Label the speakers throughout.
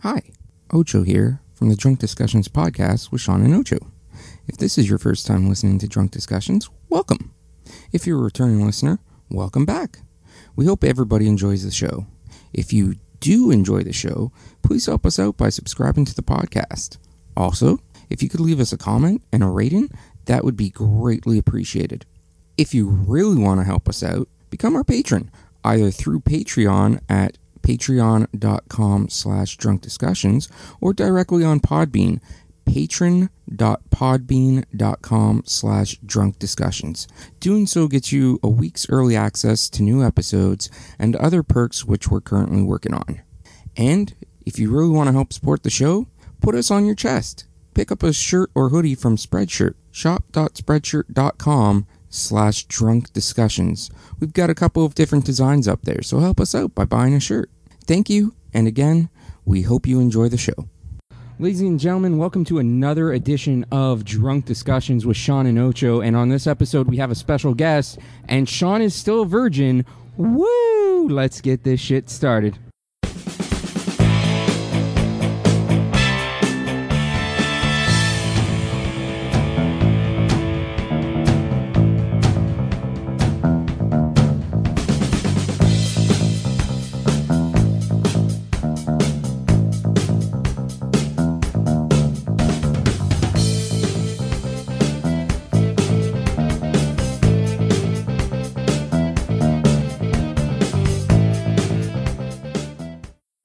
Speaker 1: Hi, Ocho here from the Drunk Discussions podcast with Sean and Ocho. If this is your first time listening to Drunk Discussions, welcome. If you're a returning listener, welcome back. We hope everybody enjoys the show. If you do enjoy the show, please help us out by subscribing to the podcast. Also, if you could leave us a comment and a rating, that would be greatly appreciated. If you really want to help us out, become our patron, either through Patreon at patreon.com slash drunk discussions or directly on Podbean, patron.podbean.com slash drunk discussions. Doing so gets you a week's early access to new episodes and other perks which we're currently working on. And if you really want to help support the show, put us on your chest. Pick up a shirt or hoodie from Spreadshirt. Shop.spreadshirt.com slash drunk discussions. We've got a couple of different designs up there, so help us out by buying a shirt. Thank you, and again, we hope you enjoy the show. Ladies and gentlemen, welcome to another edition of Drunk Discussions with Sean and Ocho. And on this episode, we have a special guest, and Sean is still a virgin. Woo! Let's get this shit started.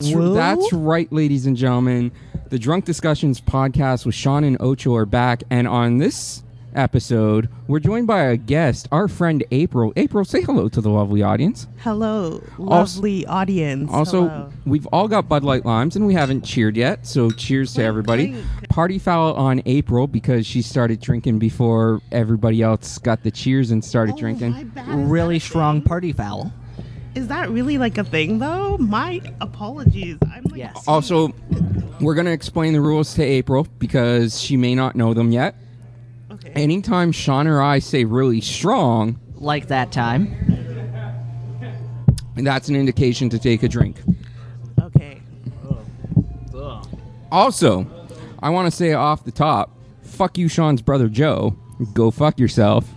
Speaker 2: Whoa.
Speaker 1: That's right, ladies and gentlemen. The Drunk Discussions podcast with Sean and Ocho are back, and on this episode, we're joined by a guest, our friend April. April, say hello to the lovely audience.
Speaker 2: Hello, lovely audience.
Speaker 1: Also,
Speaker 2: Hello.
Speaker 1: we've all got Bud Light limes, and we haven't cheered yet, so cheers to everybody.
Speaker 2: drink.
Speaker 1: Party foul on April because she started drinking before everybody else got the cheers and
Speaker 2: Oh,
Speaker 1: started drinking.
Speaker 2: my bad. Is
Speaker 3: really
Speaker 2: that a
Speaker 3: strong
Speaker 2: thing?
Speaker 3: party foul.
Speaker 2: Is that really like a thing though? My apologies. I'm like, oh,
Speaker 3: Yes.
Speaker 1: Also, we're going to explain the rules to April because she may not know them yet.
Speaker 2: okay.
Speaker 1: Anytime Sean or I say really strong,
Speaker 3: Like that time.
Speaker 1: that's an indication to take a drink.
Speaker 2: okay. Oh
Speaker 1: Also, I want to say off the top, fuck you, Sean's brother Joe. Go fuck yourself.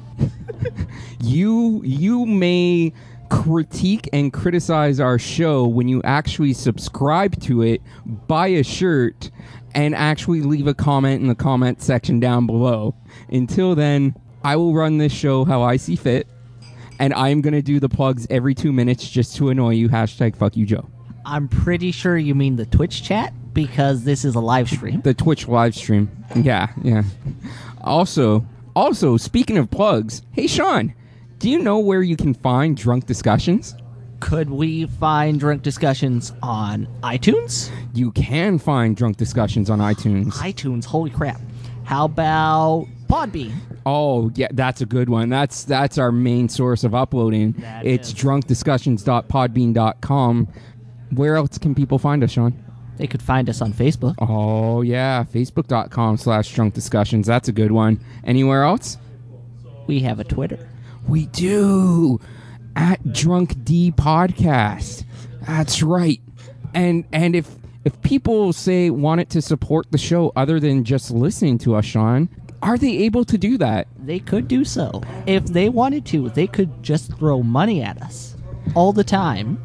Speaker 1: you you may critique and criticize our show when you actually subscribe to it, buy a shirt, and actually leave a comment in the comment section down below. Until then, I will run this show how I see fit, and I am gonna do the plugs every two minutes just to annoy you. Hashtag fuck you, Joe.
Speaker 3: I'm pretty sure you mean the Twitch chat because this is a live stream.
Speaker 1: the Twitch live stream. Yeah, yeah. Also, also speaking of plugs, hey Sean, do you know where you can find Drunk Discussions?
Speaker 3: Could we find drunk discussions on iTunes?
Speaker 1: You can find Drunk Discussions on iTunes.
Speaker 3: iTunes, holy crap. How about Podbean?
Speaker 1: Oh, yeah, that's a good one. That's that's our main source of uploading.
Speaker 3: That
Speaker 1: it's
Speaker 3: is.
Speaker 1: drunkdiscussions.podbean.com. Where else can people find us, Sean?
Speaker 3: They could find us on Facebook.
Speaker 1: Oh yeah, facebook.com slash drunk discussions. That's a good one. Anywhere else?
Speaker 3: We have a Twitter.
Speaker 1: We do at Drunk D Podcast. That's right. And and if if people say want it to support the show other than just listening to us, Sean, are they able to do that?
Speaker 3: They could do so. If they wanted to, they could just throw money at us all the time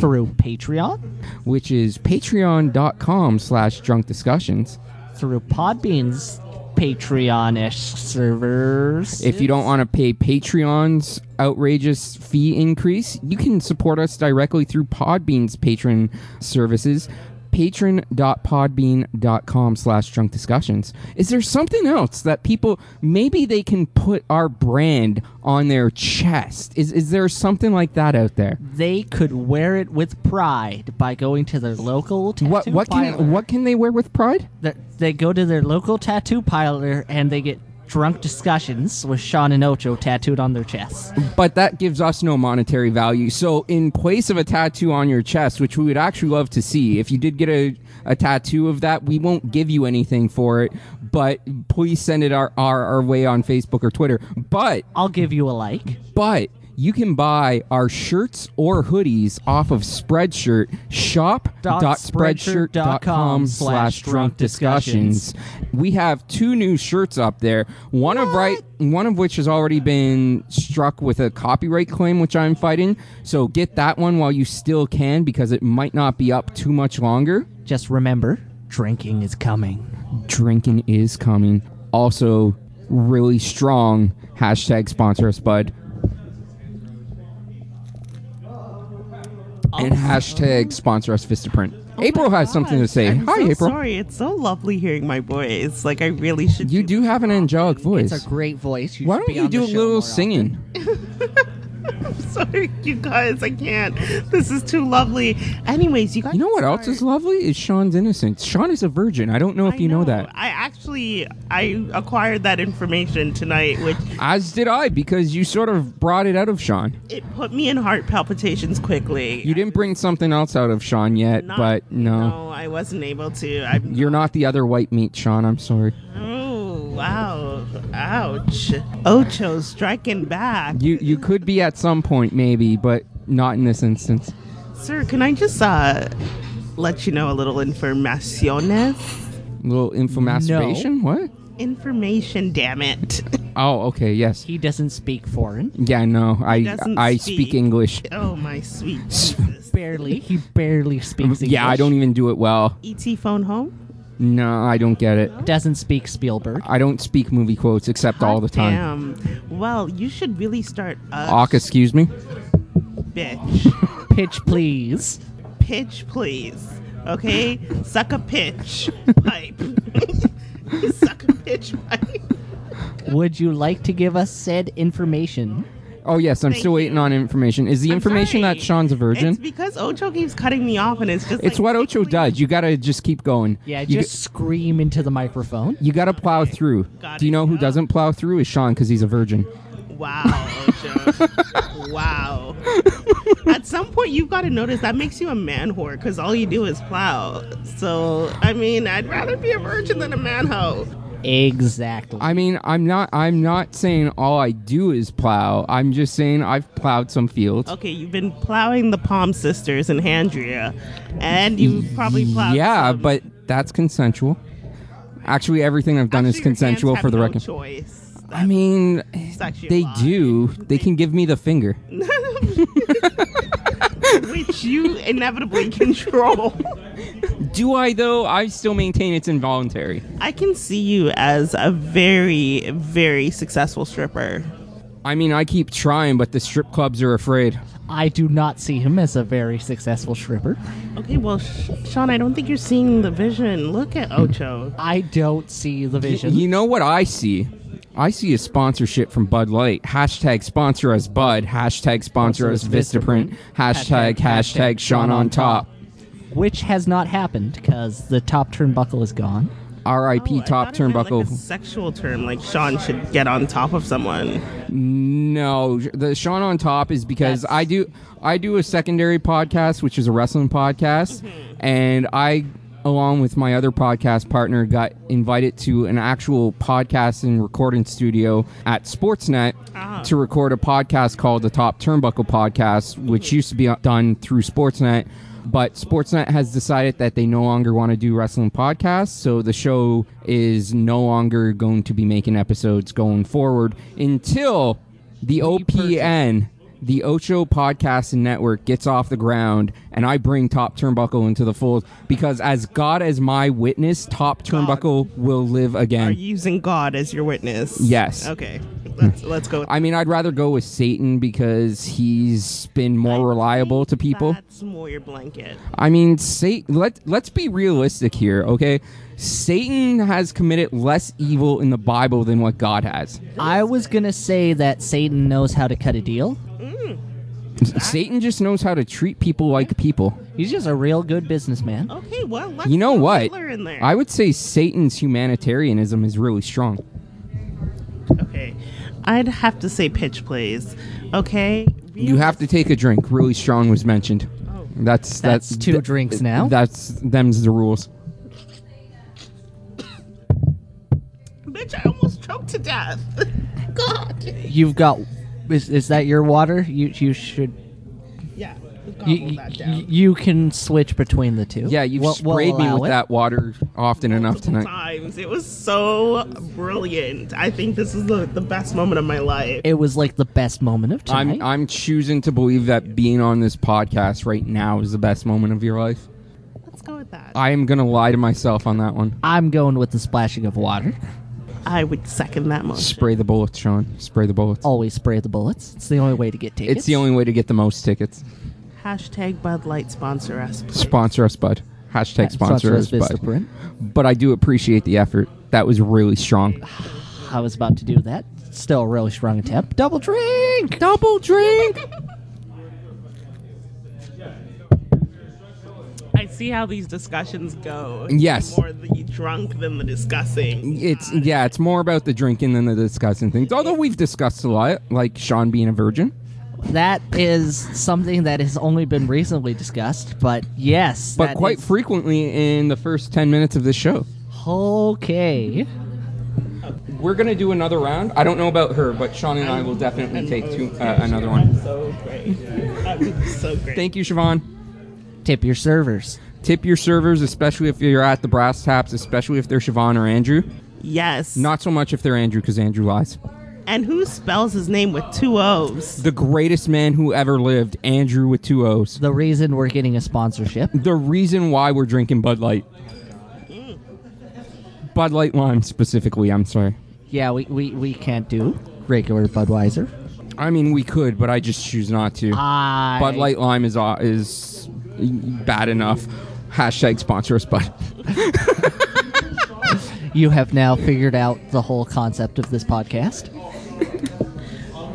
Speaker 3: through Patreon,
Speaker 1: Which is patreon.com slash drunk discussions.
Speaker 3: through Podbean's Patreon ish servers.
Speaker 1: If you don't want to pay Patreon's outrageous fee increase, you can support us directly through Podbean's patron services. Patron.podbean.com slash drunk discussions. Is there something else that people maybe they can put our brand on their chest? Is is there something like that out there?
Speaker 3: they could wear it with pride by going to their local tattoo
Speaker 1: What what
Speaker 3: parlor.
Speaker 1: can what can they wear with pride?
Speaker 3: Th- They go to their local tattoo parlor and they get drunk discussions with Sean and Ocho tattooed on their chests.
Speaker 1: but that gives us no monetary value. So, in place of a tattoo on your chest, which we would actually love to see, if you did get a, a tattoo of that, we won't give you anything for it. But please send it our, our, our way on Facebook or Twitter. But,
Speaker 3: I'll give you a like.
Speaker 1: but You can buy our shirts or hoodies off of Spreadshirt shop.spreadshirt.com slash drunk discussions. We have two new shirts up there. One of right one of which has already been struck with a copyright claim which I'm fighting. So get that one while you still can because it might not be up too much longer.
Speaker 3: Just remember, drinking is coming.
Speaker 1: Drinking is coming. Also really strong hashtag sponsor us bud and
Speaker 3: Oh
Speaker 1: hashtag sponsor us Vistaprint. April has something to say.
Speaker 2: Oh I'm
Speaker 1: Hi,
Speaker 2: so
Speaker 1: April.
Speaker 2: Sorry, it's so lovely hearing my voice. Like I really should.
Speaker 1: You do have an angelic voice.
Speaker 4: It's a great voice. You
Speaker 1: Why
Speaker 4: should
Speaker 1: don't
Speaker 4: be
Speaker 1: you
Speaker 4: on
Speaker 1: do a
Speaker 4: the show
Speaker 1: little
Speaker 4: more
Speaker 1: singing?
Speaker 2: Sorry, you guys. I can't. This is too lovely. Anyways, you guys.
Speaker 1: You know what else is lovely? Is Sean's innocence. Sean is a virgin. I don't know if
Speaker 2: I
Speaker 1: you know. that.
Speaker 2: I actually I acquired that information tonight, which
Speaker 1: As did I, because you sort of brought it out of Sean.
Speaker 2: it put me in heart palpitations quickly.
Speaker 1: You didn't bring something else out of Sean yet,
Speaker 2: Not-
Speaker 1: but no.
Speaker 2: no, I wasn't able to. I'm
Speaker 1: You're not the other white meat, Sean. I'm sorry.
Speaker 2: Oh wow! Ouch! Ocho striking back.
Speaker 1: You you could be at some point maybe, but not in this instance.
Speaker 2: Sir, can I just uh let you know a little informaciones?
Speaker 1: little infomasturbation? What?
Speaker 2: Information, damn it!
Speaker 1: Oh, okay. Yes.
Speaker 3: He doesn't speak foreign.
Speaker 1: Yeah. No. I
Speaker 2: doesn't
Speaker 1: I
Speaker 2: speak.
Speaker 1: speak English.
Speaker 2: Oh my sweet Jesus!
Speaker 3: Barely. He barely speaks English.
Speaker 1: Yeah, I don't e- even do it well.
Speaker 2: Et E phone home.
Speaker 1: No, I don't get it.
Speaker 3: Doesn't speak Spielberg.
Speaker 1: I don't speak movie quotes except all the time.
Speaker 2: Damn. Well, you should really start a
Speaker 1: Awk, excuse me.
Speaker 2: bitch.
Speaker 3: Pitch, please.
Speaker 2: Pitch, please. Okay, suck a pitch pipe. suck a pitch pipe.
Speaker 3: Would you like to give us said information?
Speaker 1: Oh yes, I'm still
Speaker 2: Thank
Speaker 1: waiting on information. Is the
Speaker 2: I'm
Speaker 1: information
Speaker 2: sorry.
Speaker 1: that Sean's a virgin?
Speaker 2: It's
Speaker 1: It's,
Speaker 2: because Ocho keeps cutting me off, and it's just like,
Speaker 1: what Ocho
Speaker 2: tickling-
Speaker 1: does. You gotta just keep going.
Speaker 3: Yeah,
Speaker 1: You
Speaker 3: just scream into the microphone.
Speaker 1: g- You gotta plow through.
Speaker 2: Got
Speaker 1: Do you
Speaker 2: it.
Speaker 1: know who
Speaker 2: Yeah.
Speaker 1: doesn't plow through is Sean because he's a virgin.
Speaker 2: Wow, Ocho. wow. At some point, you've got to notice that makes you a man whore because all you do is plow. So, I mean, I'd rather be a virgin than a man hoe.
Speaker 3: Exactly.
Speaker 1: I mean, I'm not. I'm not saying all I do is plow. I'm just saying I've plowed some fields.
Speaker 2: Okay, you've been plowing the Palm Sisters in Handria, and you've probably plowed.
Speaker 1: Yeah,
Speaker 2: some-
Speaker 1: but that's consensual. Actually, everything I've done
Speaker 2: Actually,
Speaker 1: is
Speaker 2: your
Speaker 1: consensual
Speaker 2: hands
Speaker 1: for
Speaker 2: have
Speaker 1: the
Speaker 2: no
Speaker 1: record.
Speaker 2: Choice.
Speaker 1: I mean,
Speaker 2: actually a
Speaker 1: they
Speaker 2: lie.
Speaker 1: do. They can give me the finger.
Speaker 2: Which you inevitably control.
Speaker 1: Do I though? I still maintain it's involuntary.
Speaker 2: I can see you as a very, very successful stripper.
Speaker 1: I mean, I keep trying, but the strip clubs are afraid.
Speaker 3: I do not see him as a very successful stripper.
Speaker 2: Okay, well, Sh- Sean, I don't think you're seeing the vision. Look at Ocho.
Speaker 3: I don't see the vision.
Speaker 1: You know what I see? I see a sponsorship from Bud Light. Hashtag sponsor us Bud. Hashtag sponsor us Vistaprint. Hashtag hashtag Sean on top.
Speaker 3: Which has not happened because the top turnbuckle is gone.
Speaker 1: R.I.P.
Speaker 2: Oh, I
Speaker 1: Top
Speaker 2: thought it meant Like a
Speaker 1: Turnbuckle.
Speaker 2: sexual term, like Sean should get on top of someone.
Speaker 1: Mm. No, the Sean on top is because
Speaker 3: That's-
Speaker 1: I do I do a secondary podcast, which is a wrestling podcast, and I along with my other podcast partner got invited to an actual podcast and recording studio at Sportsnet to record a podcast called the Top Turnbuckle Podcast, which used to be done through Sportsnet. But Sportsnet has decided that they no longer want to do wrestling podcasts, so the show is no longer going to be making episodes going forward until the OPN, the Ocho Podcast and Network, gets off the ground, and I bring Top Turnbuckle into the fold because, as God as my witness, Top Turnbuckle will live
Speaker 2: Are
Speaker 1: again.
Speaker 2: you using God as your witness?
Speaker 1: Yes. Hmm.
Speaker 2: Okay, let's, let's go. With
Speaker 1: I mean, I'd rather go with Satan because he's been more reliable to people.
Speaker 2: That's more your blanket.
Speaker 1: I mean, Satan. Let Let's be realistic here, okay? Satan has committed less evil in the Bible than what God has.
Speaker 3: I was gonna say that Satan knows how to cut a deal.
Speaker 1: Satan just knows how to treat people like people.
Speaker 3: He's just a real good businessman.
Speaker 2: Okay, well, let's
Speaker 1: You know
Speaker 2: throw
Speaker 1: what?
Speaker 2: Hitler In there.
Speaker 1: I would say Satan's humanitarianism is really strong.
Speaker 2: okay, I'd have to say pitch, please. Okay,
Speaker 1: You have to take a drink. Really strong was mentioned.
Speaker 2: Oh.
Speaker 1: That's
Speaker 3: That's two
Speaker 1: th-
Speaker 3: drinks now.
Speaker 1: That's them's the rules.
Speaker 2: Bitch, I almost choked to death. God.
Speaker 3: You've got Is, is that your water? You you should
Speaker 2: Yeah, gobble
Speaker 3: you,
Speaker 2: that down.
Speaker 3: you, you can switch between the two.
Speaker 1: Yeah, you've
Speaker 3: We'll- we'll
Speaker 1: sprayed me
Speaker 3: allow
Speaker 1: with
Speaker 3: it.
Speaker 1: that water often enough
Speaker 2: multiple
Speaker 1: tonight.
Speaker 2: times. It was so brilliant. I think this is the, the best moment of my life.
Speaker 3: It was like the best moment of time.
Speaker 1: I'm I'm choosing to believe that being on this podcast right now is the best moment of your life.
Speaker 2: Let's go with that.
Speaker 1: I am gonna lie to myself on that one.
Speaker 3: I'm going with the splashing of water.
Speaker 2: I would second that motion.
Speaker 1: Spray the bullets, Sean. Spray the bullets.
Speaker 3: Always spray the bullets. It's the only way to get Oh, tickets.
Speaker 1: It's the only way to get the most tickets.
Speaker 2: Hashtag Bud Light sponsor us. please.
Speaker 1: Sponsor us, bud. Hashtag sponsor
Speaker 3: Sponsor
Speaker 1: us,
Speaker 3: us, Vista
Speaker 1: bud.
Speaker 3: Print.
Speaker 1: But I do appreciate the effort. That was really strong.
Speaker 3: I was about to do that. Still a really strong attempt. Double drink. Double drink.
Speaker 2: I see how these discussions go.
Speaker 1: Yes.
Speaker 2: More the drunk than the discussing.
Speaker 1: It's yeah, it's more about the drinking than the discussing things. Although we've discussed a lot, like Sean being a virgin.
Speaker 3: that is something that has only been recently discussed, but yes,
Speaker 1: But
Speaker 3: that
Speaker 1: quite
Speaker 3: is-
Speaker 1: frequently in the first ten minutes of this show.
Speaker 3: okay.
Speaker 1: We're gonna do another round. I don't know about her, but Sean and I will definitely take two, uh, another one.
Speaker 2: I'm so great. I'm so great.
Speaker 1: Thank you, Siobhan.
Speaker 3: Tip your servers.
Speaker 1: Tip your servers, especially if you're at the brass taps, especially if they're Siobhan or Andrew.
Speaker 2: yes.
Speaker 1: Not so much if they're Andrew, because Andrew lies.
Speaker 2: and who spells his name with two O's?
Speaker 1: The greatest man who ever lived, Andrew with two O's.
Speaker 3: The reason we're getting a sponsorship.
Speaker 1: The reason why we're drinking Bud Light. Bud Light Lime specifically, I'm sorry.
Speaker 3: Yeah, we, we, we can't do regular Budweiser.
Speaker 1: I mean, we could, but I just choose not to.
Speaker 3: I
Speaker 1: Bud Light Lime is aw- is bad enough. Hashtag sponsor us, Bud.
Speaker 3: You have now figured out the whole concept of this podcast.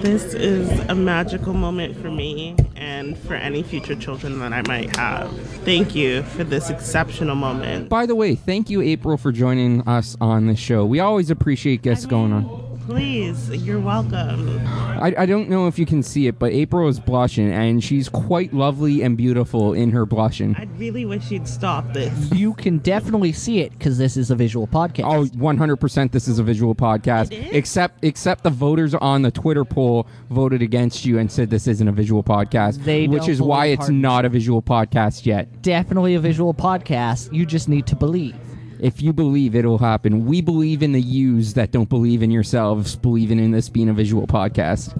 Speaker 2: This is a magical moment for me and for any future children that I might have. Thank you for this exceptional moment.
Speaker 1: By the way, thank you, April, for joining us on the show. We always appreciate guests going on.
Speaker 2: Please, you're welcome.
Speaker 1: I, I don't know if you can see it, but April is blushing, and she's quite lovely and beautiful in her blushing.
Speaker 2: I really wish you'd stop this.
Speaker 3: You can definitely see it because this is a visual podcast.
Speaker 1: Oh, 100% this is a visual podcast.
Speaker 2: It is?
Speaker 1: Except except the voters on the Twitter poll voted against you and said this isn't a visual podcast,
Speaker 3: They
Speaker 1: which
Speaker 3: don't
Speaker 1: is why
Speaker 3: believe
Speaker 1: it's not a visual podcast yet.
Speaker 3: Definitely a visual podcast. You just need to believe.
Speaker 1: If you believe it'll happen, we believe in the yous that don't believe in yourselves believing in this being a visual podcast.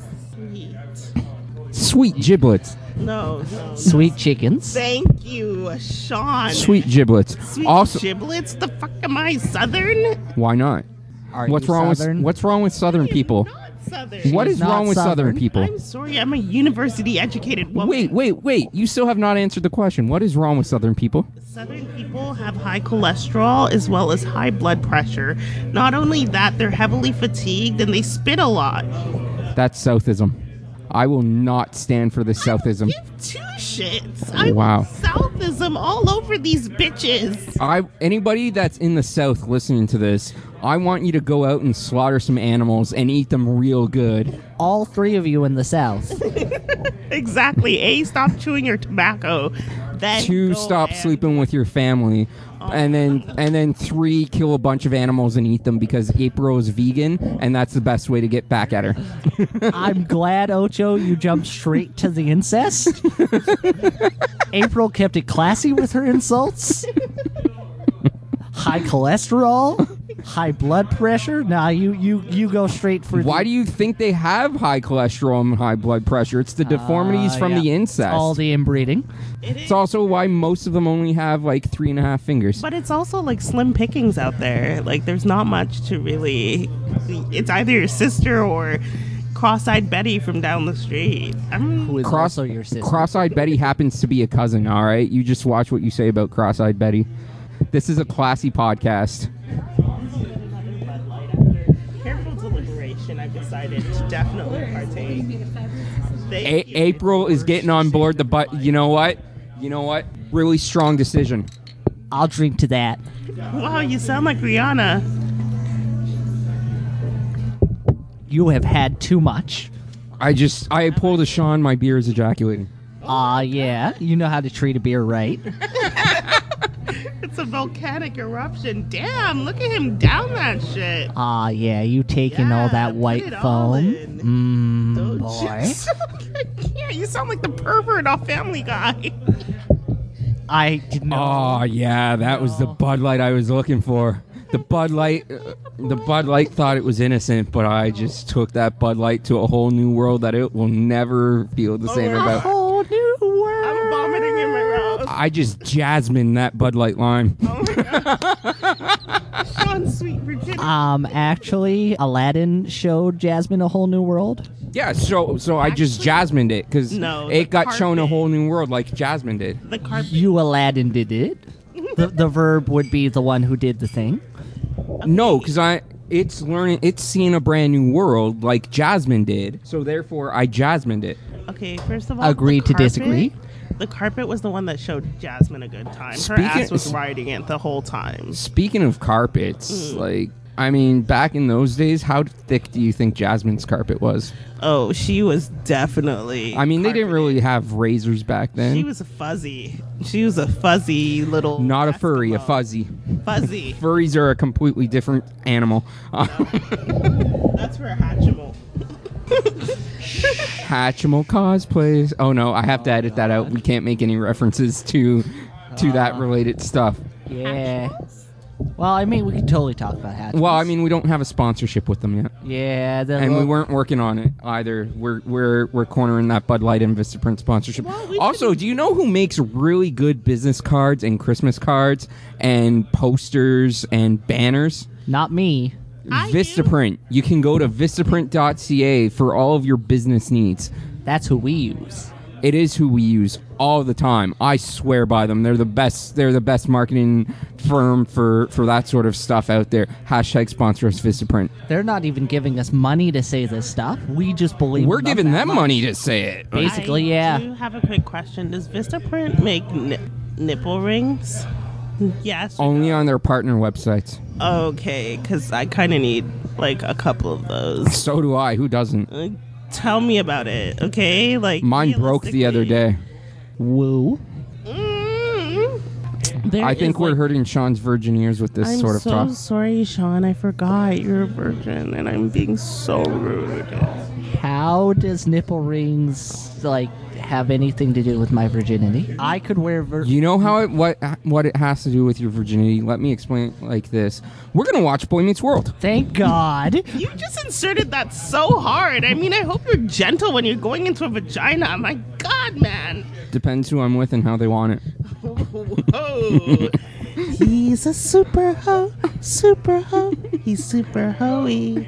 Speaker 1: Sweet giblets.
Speaker 2: No, no.
Speaker 3: Sweet chickens.
Speaker 2: Thank you, Sean.
Speaker 1: Sweet giblets.
Speaker 2: Sweet
Speaker 1: also,
Speaker 2: giblets? The fuck am I, Southern?
Speaker 1: why not?
Speaker 3: Are
Speaker 1: What's
Speaker 3: you
Speaker 1: wrong
Speaker 3: Southern?
Speaker 1: with what's wrong with southern people?
Speaker 2: Not Southern.
Speaker 1: What
Speaker 3: She's
Speaker 1: is
Speaker 3: not
Speaker 1: wrong with southern
Speaker 3: Southern.
Speaker 1: people?
Speaker 2: I'm sorry, I'm a university educated woman.
Speaker 1: Wait, wait, wait. You still have not answered the question. What is wrong with southern people?
Speaker 2: Southern people have high cholesterol as well as high blood pressure. Not only that, they're heavily fatigued and they spit a lot.
Speaker 1: That's southism. I will not stand for this southism.
Speaker 2: Give two shits. I
Speaker 1: Oh, Wow.
Speaker 2: Southism all over these bitches.
Speaker 1: I anybody that's in the south listening to this, I want you to go out and slaughter some animals and eat them real good.
Speaker 3: All three of you in the South.
Speaker 2: Exactly. A, stop chewing your tobacco. Then
Speaker 1: Two,
Speaker 2: go
Speaker 1: stop
Speaker 2: and-
Speaker 1: sleeping with your family. And then and then three, kill a bunch of animals and eat them because April is vegan and that's the best way to get back at her.
Speaker 3: I'm glad, Ocho, you jumped straight to the incest. April kept it classy with her insults. High cholesterol, high blood pressure. Nah, you you you go straight for.
Speaker 1: Why do you think they have high cholesterol and high blood pressure? It's the deformities from the incest.
Speaker 3: Uh, All the inbreeding.
Speaker 1: it's also why most of them only have like three and a half fingers.
Speaker 2: But it's also like slim pickings out there. Like there's not much to really. It's either your sister or cross-eyed Betty from down the street. I'm
Speaker 3: Who is
Speaker 1: Cross-
Speaker 3: also your sister?
Speaker 1: Cross-eyed Betty happens to be a cousin. All right, you just watch what you say about cross-eyed Betty. This is a classy podcast.
Speaker 2: careful deliberation. I've decided to definitely partake.
Speaker 1: A- April is getting on board the but. You know what? You know what? Really strong decision.
Speaker 3: I'll drink to that.
Speaker 2: Wow, you sound like Rihanna.
Speaker 3: You have had too much.
Speaker 1: I just I pulled a Sean. My beer is ejaculating.
Speaker 3: Ah, yeah. You know how to treat a beer right.
Speaker 2: That's a volcanic eruption. Damn, look at him down that shit.
Speaker 3: Ah, yeah, you taking all
Speaker 2: Yeah,
Speaker 3: that
Speaker 2: put
Speaker 3: white
Speaker 2: it all
Speaker 3: foam.
Speaker 2: in.
Speaker 3: Mm,
Speaker 2: Oh,
Speaker 3: boy.
Speaker 2: Jesus. yeah, you sound like the pervert off Family Guy.
Speaker 3: I did not.
Speaker 1: Oh yeah, that was the Bud Light I was looking for. The Bud Light, uh, the Bud Light thought it was innocent, but I just took that Bud Light to a whole new world that it will never feel the same
Speaker 2: yeah.
Speaker 3: a
Speaker 1: about.
Speaker 3: whole new world.
Speaker 2: I'm vomiting in my mouth.
Speaker 1: I just jasmine that Bud Light lime.
Speaker 2: Oh my god. Sean Sweet Virginia.
Speaker 3: Um, actually, Aladdin showed Jasmine a whole new world.
Speaker 1: Yeah, so so I just jasmined it because
Speaker 2: No, the
Speaker 1: it got shown a
Speaker 2: carpet.
Speaker 1: whole new world like Jasmine did.
Speaker 2: The carpet.
Speaker 3: You Aladdin did it. The, the verb would be the one who did the thing.
Speaker 1: No, because I it's learning, it's seeing a brand new world like Jasmine did. So therefore, I jasmined it.
Speaker 2: Okay, first of all,
Speaker 3: Agree
Speaker 2: the
Speaker 3: to
Speaker 2: carpet-
Speaker 3: disagree.
Speaker 2: The carpet was the one that showed Jasmine a good time. Her
Speaker 1: Speaking-
Speaker 2: ass was riding it the whole time.
Speaker 1: Speaking of
Speaker 2: Mm.
Speaker 1: carpets, like I mean, back in those days, how thick do you think Jasmine's carpet was?
Speaker 2: Oh, she was definitely.
Speaker 1: I mean, they didn't really have razors back then.
Speaker 2: She was a fuzzy. She was a fuzzy little.
Speaker 1: Not a furry, a
Speaker 2: Eskimo.
Speaker 1: fuzzy.
Speaker 2: Fuzzy.
Speaker 1: Furries are a completely different animal. Uh,
Speaker 2: That's for hatchable.
Speaker 1: Hatchimal cosplays. Oh no, I have to edit that out. We can't make any references to to
Speaker 2: Ah.
Speaker 1: that related stuff.
Speaker 3: Yeah. Well, I mean, we could totally talk about hatchimals.
Speaker 1: Well, I mean, we don't have a sponsorship with them yet.
Speaker 3: yeah, the
Speaker 1: and we
Speaker 3: little-
Speaker 1: weren't working on it either. We're we're we're cornering that Bud Light and Vista Print sponsorship.
Speaker 2: Well, we
Speaker 1: also, do you know who makes really good business cards and Christmas cards and posters and banners?
Speaker 3: not me.
Speaker 2: I do.
Speaker 1: Vistaprint. You can go to vistaprint.ca for all of your business needs.
Speaker 3: That's who we use.
Speaker 1: It is who we use all the time. I swear by them. They're the best. They're the best marketing firm for for that sort of stuff out there. Hashtag sponsor us Vistaprint.
Speaker 3: They're not even giving us money to say this stuff. We just believe
Speaker 1: We're
Speaker 3: in them
Speaker 1: giving
Speaker 3: that
Speaker 1: them
Speaker 3: much.
Speaker 1: money to say it.
Speaker 3: Basically,
Speaker 2: I
Speaker 3: yeah.
Speaker 2: do have a quick question. Does Vistaprint make ni- nipple rings? Yes. or
Speaker 1: Only on their partner websites.
Speaker 2: no? Okay, because I kind of need like a couple of those.
Speaker 1: So do I. Who doesn't?
Speaker 2: Uh, Tell me about it, okay? Like
Speaker 1: Mine broke the other day.
Speaker 3: Woo.
Speaker 2: Mm.
Speaker 3: There
Speaker 1: I
Speaker 3: is,
Speaker 1: think we're
Speaker 3: like-
Speaker 1: hurting Sean's virgin ears with this
Speaker 2: I'm
Speaker 1: sort of
Speaker 2: so
Speaker 1: talk.
Speaker 2: sorry, Sean. I forgot you're a virgin, and I'm being so rude.
Speaker 3: How does nipple rings like have anything to do with my virginity? I could wear vir-
Speaker 1: You know how it what what it has to do with your virginity. Let me explain it like this. We're gonna watch Boy Meets World.
Speaker 3: Thank God.
Speaker 2: You just inserted that so hard. I mean, I hope you're gentle when you're going into a vagina. My God, man.
Speaker 1: Depends who I'm with and how they want it.
Speaker 2: Whoa. He's a super ho, super ho. He's super hoey.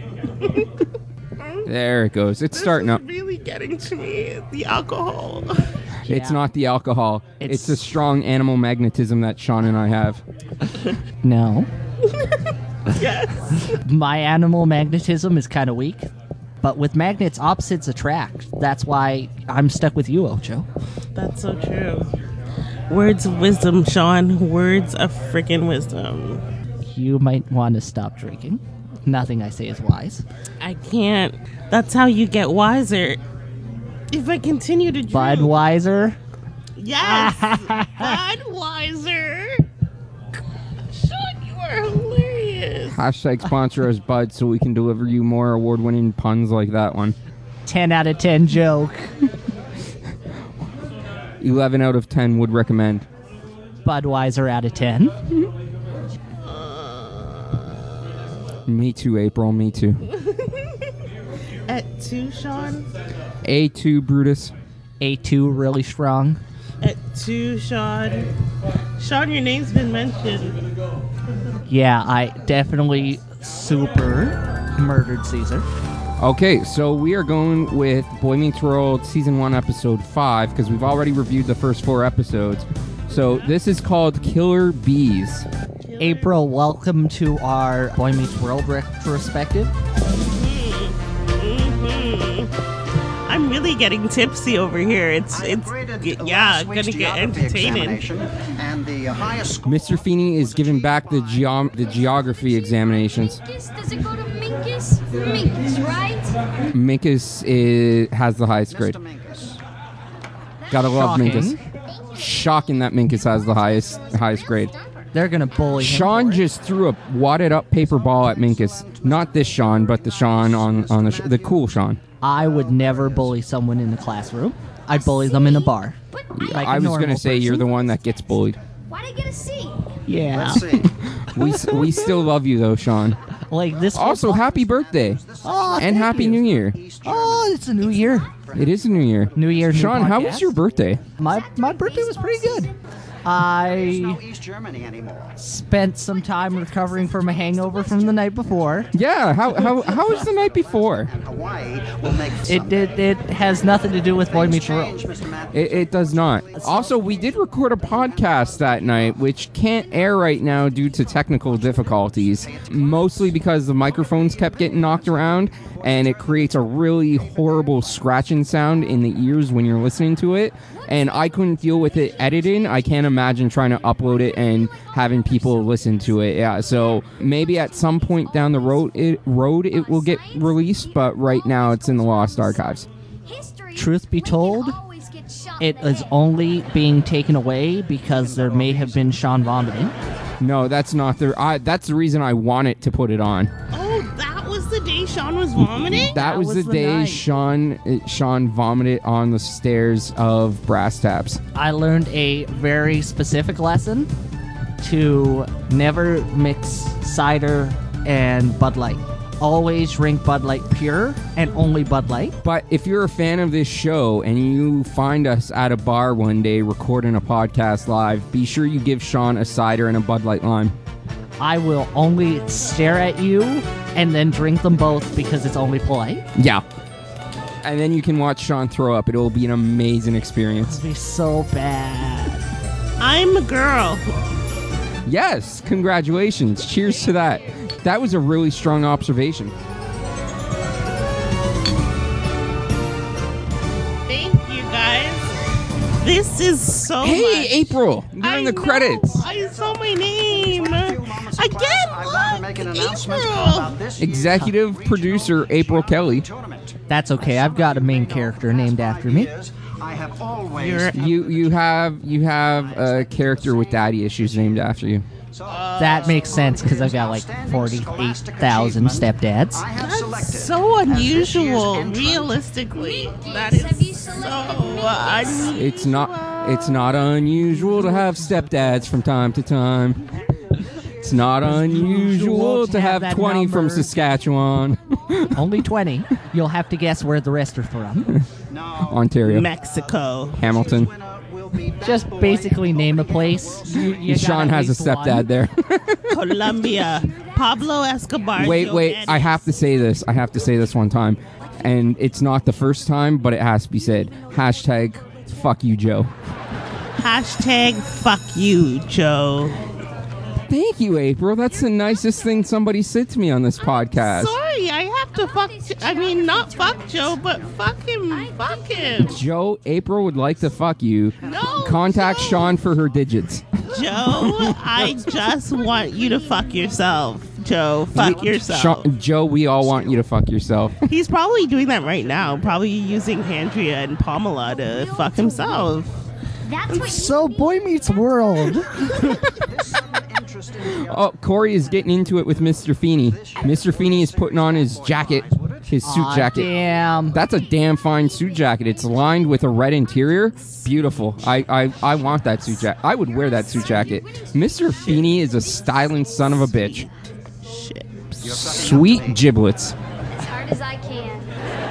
Speaker 1: There it goes. It's starting
Speaker 2: This
Speaker 1: up.
Speaker 2: is really getting to me. The alcohol.
Speaker 1: It's not the alcohol. It's,
Speaker 3: It's-
Speaker 1: the strong animal magnetism that Sean and I have.
Speaker 3: No.
Speaker 2: Yes.
Speaker 3: My animal magnetism is kind of weak, but with magnets, opposites attract. That's why I'm stuck with you, Ocho.
Speaker 2: That's so true. Words of wisdom, Sean. Words of freaking wisdom.
Speaker 3: You might want to stop drinking. Nothing I say is wise.
Speaker 2: I can't. That's how you get wiser. If I continue to drink.
Speaker 3: Budweiser.
Speaker 2: Yes. Budweiser. Sean, you are hilarious.
Speaker 1: Hashtag sponsor us, bud, so we can deliver you more award-winning puns like that one.
Speaker 3: 10 out of 10 joke.
Speaker 1: Eleven out of ten would recommend.
Speaker 3: Budweiser out of 10.
Speaker 1: Me too, April. Me too.
Speaker 2: At two, Sean.
Speaker 1: A two, Brutus.
Speaker 3: A2 really strong.
Speaker 2: At two, Sean. Sean, your name's been mentioned.
Speaker 3: Yeah, I definitely super murdered Caesar.
Speaker 1: Okay, so we are going with Boy Meets World Season 1, Episode 5, because we've already reviewed the first four episodes. So this is called Killer Bees.
Speaker 3: April, welcome to our Boy Meets World retrospective.
Speaker 2: I'm really getting tipsy over here. It's
Speaker 4: I
Speaker 2: it's
Speaker 4: upgraded
Speaker 2: y-
Speaker 4: last
Speaker 2: yeah,
Speaker 4: week's
Speaker 2: gonna get
Speaker 4: geography
Speaker 2: entertaining.
Speaker 4: examination, And the highest score
Speaker 1: Mr. Feeney is giving back the, geo- the geography examinations.
Speaker 5: Minkus? Does it go to Minkus? Minkus, right?
Speaker 1: Minkus is, has the highest grade.
Speaker 4: Mr. Mingus.
Speaker 1: Gotta love
Speaker 3: Shocking.
Speaker 1: Minkus. Shocking that Minkus has the highest highest grade.
Speaker 3: They're gonna bully him for
Speaker 1: Sean
Speaker 3: it.
Speaker 1: just threw a wadded up paper ball at Minkus. Not this Sean, but the Sean on on the sh- the cool Sean.
Speaker 3: I would never bully someone in the classroom. I bully them in a bar.
Speaker 5: But
Speaker 3: Like
Speaker 1: I
Speaker 3: a
Speaker 1: was gonna
Speaker 3: normal
Speaker 1: say you're the
Speaker 3: person.
Speaker 1: one that gets bullied.
Speaker 5: why'd I get a C?
Speaker 3: Yeah.
Speaker 4: Let's see.
Speaker 1: We s- we still love you though, Sean.
Speaker 3: Like this.
Speaker 1: Also, happy birthday
Speaker 2: Ah,
Speaker 3: Oh,
Speaker 1: and
Speaker 3: thank
Speaker 1: happy
Speaker 3: you.
Speaker 1: New Year.
Speaker 4: East
Speaker 3: Oh, it's a new year.
Speaker 1: It is a New Year.
Speaker 3: New Year, new
Speaker 1: Sean, how
Speaker 3: podcast.
Speaker 1: was your birthday?
Speaker 3: My my birthday was pretty good.
Speaker 4: There's no
Speaker 2: Ah,
Speaker 3: I
Speaker 4: East Germany anymore.
Speaker 3: spent some time recovering from a hangover from the night before.
Speaker 1: Yeah, how how how was the night before?
Speaker 4: And Hawaii will make
Speaker 3: It it, it has nothing to do with Boy Meets World.
Speaker 1: It, it does not. Also, we did record a podcast that night, which can't air right now due to technical difficulties, mostly because the microphones kept getting knocked around and it creates a really horrible scratching sound in the ears when you're listening to it. And I couldn't deal with it editing. I can't imagine trying to upload it and having people listen to it. Yeah, so maybe at some point down the road it, road it will get released, but right now it's in the lost archives.
Speaker 5: History.
Speaker 3: Truth be
Speaker 5: Lincoln
Speaker 3: told,
Speaker 5: always gets shot in
Speaker 3: It
Speaker 5: the
Speaker 3: is
Speaker 5: head.
Speaker 3: only being taken away because there may have been Sean vomiting.
Speaker 1: No, that's not the. I, that's the reason I wanted to put it on.
Speaker 2: Oh, that was the day Sean was vomiting?
Speaker 1: That, was,
Speaker 3: was
Speaker 1: the,
Speaker 3: the
Speaker 1: day
Speaker 3: night.
Speaker 1: Sean uh, Sean vomited on the stairs of Brass Taps.
Speaker 3: I learned a very specific lesson to never mix cider and Bud Light. Always drink Bud Light pure and only Bud Light.
Speaker 1: But if you're a fan of this show and you find us at a bar one day recording a podcast live, be sure you give Sean a cider and a Bud Light lime.
Speaker 3: I will only stare at you and then drink them both because it's only polite.
Speaker 1: Yeah. And then you can watch Sean throw up. It'll be an amazing experience.
Speaker 3: It'd be so bad.
Speaker 2: I'm a girl.
Speaker 1: Yes, congratulations. Cheers to that. That was a really strong observation.
Speaker 2: Thank you guys. This is so
Speaker 3: Oh
Speaker 1: Hey,
Speaker 2: much.
Speaker 1: April, you're
Speaker 2: I
Speaker 1: in the
Speaker 2: know.
Speaker 1: credits.
Speaker 2: I saw my name. Again,
Speaker 4: I want to
Speaker 2: look,
Speaker 4: make an announcement
Speaker 2: April.
Speaker 4: about this year's
Speaker 1: Executive
Speaker 4: regional
Speaker 1: producer April Kelly.
Speaker 4: tournament.
Speaker 3: That's okay. I've got a main character named after me.
Speaker 4: I have always
Speaker 2: You're-
Speaker 1: You you have you have a character with daddy issues named after you.
Speaker 3: That makes sense because I've got like 48,000 stepdads.
Speaker 4: I have selected
Speaker 2: That's so
Speaker 4: as this year's
Speaker 2: unusual,
Speaker 4: entrant
Speaker 2: realistically. That
Speaker 5: Have you
Speaker 2: is so
Speaker 5: selected
Speaker 2: unusual.
Speaker 1: It's not it's not unusual to have stepdads from time to time. It's not unusual to have 20 from Saskatchewan,
Speaker 3: Only 20. You'll have to guess where the rest are from.
Speaker 4: No,
Speaker 1: Ontario,
Speaker 2: Mexico.
Speaker 1: Hamilton.
Speaker 4: winner will be that
Speaker 3: Just
Speaker 4: boy
Speaker 3: basically name a place. You, you
Speaker 1: Sean
Speaker 3: got at
Speaker 1: has a
Speaker 3: least one.
Speaker 1: stepdad there.
Speaker 2: Colombia. Pablo Escobar.
Speaker 1: wait, wait. I have to say this. I have to say this one time. And it's not the first time, but it has to be said. Hashtag fuck you, Joe.
Speaker 2: Hashtag fuck you, Joe.
Speaker 1: Thank you, April. That's the nicest thing somebody said to me on this podcast.
Speaker 2: Sorry, I have to fuck. Jo- I mean, not fuck Joe, but fuck him. Fuck him.
Speaker 1: Joe, April would like to fuck you.
Speaker 2: No,
Speaker 1: Contact
Speaker 2: Joe.
Speaker 1: Sean for her digits.
Speaker 2: Joe, I just want you to fuck yourself. Joe, fuck yourself.
Speaker 1: Sean, Joe, we all want you to fuck yourself.
Speaker 2: He's probably doing that right now. Probably using Andrea and Pamela to fuck himself.
Speaker 5: That's what
Speaker 3: So, Boy Meets World.
Speaker 4: There's some interest in the
Speaker 1: Oh, Corey is getting into it with Mr. Feeney. Mr. Feeney is putting on his jacket, his suit
Speaker 3: Aw,
Speaker 1: jacket.
Speaker 3: Damn.
Speaker 1: That's a damn fine suit jacket. It's lined with a red interior. Beautiful. I, I, I want that suit jacket. I would wear that suit jacket. Mr. Feeney is a styling son of a bitch.
Speaker 2: Shit.
Speaker 1: Sweet giblets.
Speaker 5: as hard as I can.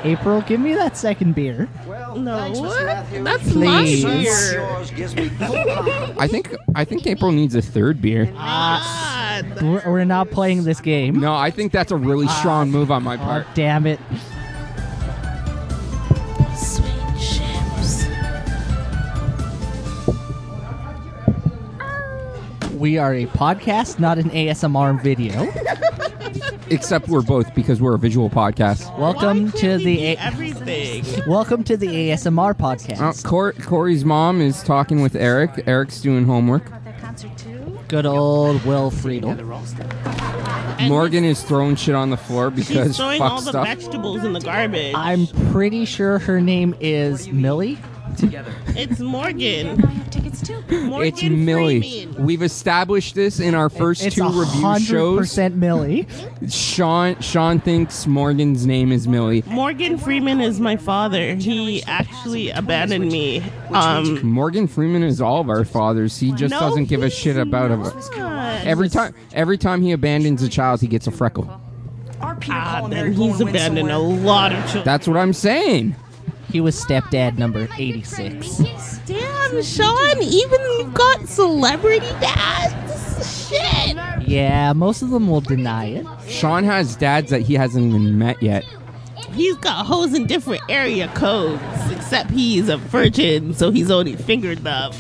Speaker 3: April, give me that second beer.
Speaker 4: well,
Speaker 2: No,
Speaker 4: thanks, Miss
Speaker 2: what?
Speaker 4: Matthews.
Speaker 2: That's my
Speaker 3: Please.
Speaker 2: beer.
Speaker 4: Yours gives me full confidence.
Speaker 1: I think I think April needs a third beer.
Speaker 2: God.
Speaker 3: We're, we're not playing this game.
Speaker 1: No, I think that's a really
Speaker 2: Ah,
Speaker 1: strong move on my
Speaker 3: Aw,
Speaker 1: part.
Speaker 3: damn it.
Speaker 2: Sweet chips.
Speaker 3: We are a podcast, not an ASMR video.
Speaker 1: Except we're both because we're a visual podcast.
Speaker 3: Welcome
Speaker 2: Why
Speaker 3: to
Speaker 2: can't he
Speaker 3: the
Speaker 2: be
Speaker 3: A-
Speaker 2: everything.
Speaker 3: Welcome to the ASMR
Speaker 1: Uh,
Speaker 3: podcast.
Speaker 1: Cor- Corey's mom is talking with Eric. Eric's doing homework.
Speaker 3: Good old Will Friedel.
Speaker 1: Morgan is throwing shit on the floor
Speaker 2: She's
Speaker 1: because
Speaker 2: throwing
Speaker 1: fuck
Speaker 2: all the
Speaker 1: stuff.
Speaker 2: vegetables in the garbage.
Speaker 3: I'm pretty sure her name is Millie.
Speaker 6: together.
Speaker 2: It's Morgan.
Speaker 5: I have tickets too.
Speaker 2: Morgan
Speaker 1: it's Millie.
Speaker 2: Freeman.
Speaker 1: We've established this in our first
Speaker 3: It's
Speaker 1: two review shows.
Speaker 3: 100% Millie.
Speaker 1: Sean Sean thinks Morgan's name is Millie.
Speaker 2: Morgan Freeman is my father. He actually abandoned me. Um,
Speaker 1: Morgan Freeman is all of our fathers. He just
Speaker 2: No,
Speaker 1: doesn't give a
Speaker 2: he's
Speaker 1: shit about
Speaker 2: not.
Speaker 1: it. Every time, every time he abandons a child, he gets a freckle.
Speaker 6: Our Peter
Speaker 2: Ah,
Speaker 6: Paul and Mary
Speaker 2: then he's
Speaker 6: Bowen went
Speaker 2: abandoned a
Speaker 6: somewhere.
Speaker 2: lot of children.
Speaker 1: That's what I'm saying.
Speaker 3: He was stepdad number
Speaker 5: Like your friend
Speaker 3: 86.
Speaker 5: Minkus?
Speaker 2: Damn, Sean, even you got celebrity dads. Shit.
Speaker 3: Yeah, most of them will deny it.
Speaker 1: Sean has dads that he hasn't even met yet.
Speaker 2: He's got hoes in different area codes, except he's a virgin, so he's only fingered them.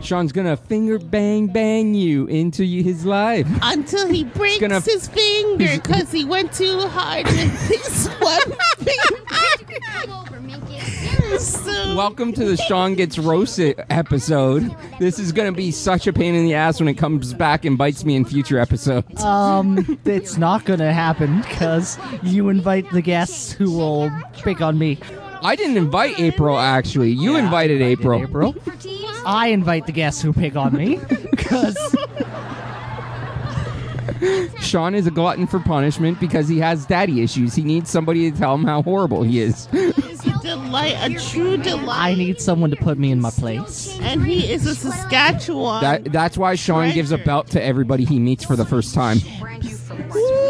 Speaker 1: Sean's gonna finger bang bang you into y- his life.
Speaker 2: Until he breaks
Speaker 1: gonna-
Speaker 2: his finger
Speaker 1: he's-
Speaker 2: because he went too hard with his one finger.
Speaker 5: Come over, Minkus.
Speaker 2: So
Speaker 1: Welcome to the Sean Gets Roasted episode. This is gonna be such a pain in the ass when it comes back and bites me in future episodes.
Speaker 3: Um, it's not gonna happen because you invite the guests who will pick on me.
Speaker 1: I didn't invite April actually. You invited April.
Speaker 3: April. I invite the guests who pick on me because
Speaker 1: Sean is a glutton for punishment because he has daddy issues. He needs somebody to tell him how horrible he is.
Speaker 2: is a delight, a true
Speaker 3: I
Speaker 2: delight.
Speaker 3: need someone to put me in my place.
Speaker 2: And he is a Saskatchewan.
Speaker 1: That that's why Sean gives a belt to everybody he meets for the first time.
Speaker 2: Ooh.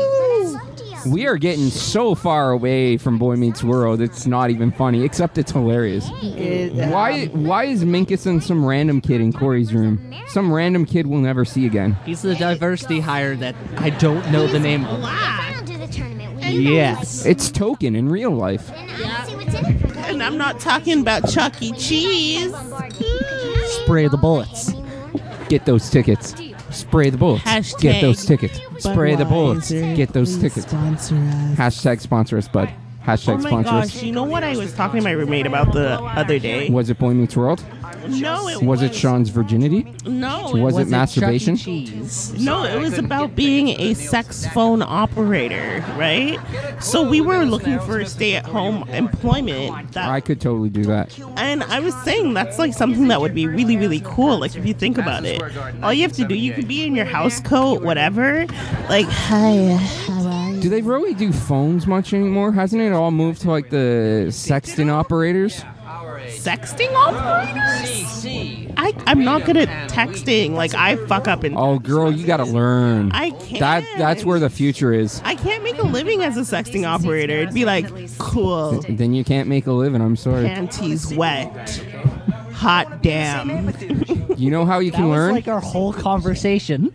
Speaker 1: We are getting so far away from Boy Meets World. It's not even funny, except it's hilarious. Why why is Minkus and some random kid in Corey's room? Some random kid we'll never see again.
Speaker 7: He's the diversity hire that I don't know the name of.
Speaker 2: Black.
Speaker 5: Round of the tournament. We
Speaker 3: Yes.
Speaker 1: It's Token in real life.
Speaker 5: And I see what's in it for them.
Speaker 2: And I'm not talking about Chuck E. Cheese.
Speaker 3: Spray the bullets.
Speaker 1: Get those tickets. Spray the bullets. Get
Speaker 2: Hashtag
Speaker 1: those tickets. Spray the bullets.
Speaker 2: Budweiser,
Speaker 1: Get those
Speaker 2: please
Speaker 1: tickets.
Speaker 2: Sponsor us.
Speaker 1: Hashtag sponsor us, bud.
Speaker 2: Oh
Speaker 1: Hashtag
Speaker 2: my
Speaker 1: sponsor
Speaker 2: gosh,
Speaker 1: us.
Speaker 2: you know what I was talking to my roommate about the other day?
Speaker 1: Was it Boy Meets World?
Speaker 2: No, it
Speaker 1: Was it Sean's virginity?
Speaker 2: No, it
Speaker 1: Was
Speaker 2: was
Speaker 1: it masturbation?
Speaker 3: Chuck E. Cheese.
Speaker 2: no, it was about being a sex phone operator, right? So we were looking for stay-at-home employment.
Speaker 1: I
Speaker 2: That,
Speaker 1: could totally do that.
Speaker 2: and I was saying that's like something that would be really, really cool. Like if you think about it, all you have to do, you could be in your house coat, whatever. Like, hi, uh, how are you?
Speaker 1: Do they really do phones much anymore? Hasn't it all moved to like the sexting operators?
Speaker 2: Sexting operators? I, I'm not good at texting. Like I fuck up and
Speaker 1: Oh, girl, you gotta learn.
Speaker 2: I can't.
Speaker 1: That that's where the future is.
Speaker 2: I can't make a living as a sexting operator. It'd be like, cool,
Speaker 1: Then you can't make a living. I'm sorry.
Speaker 2: panties wet, hot damn.
Speaker 1: You know how you
Speaker 3: That
Speaker 1: can
Speaker 3: was
Speaker 1: learn?
Speaker 3: like our whole conversation.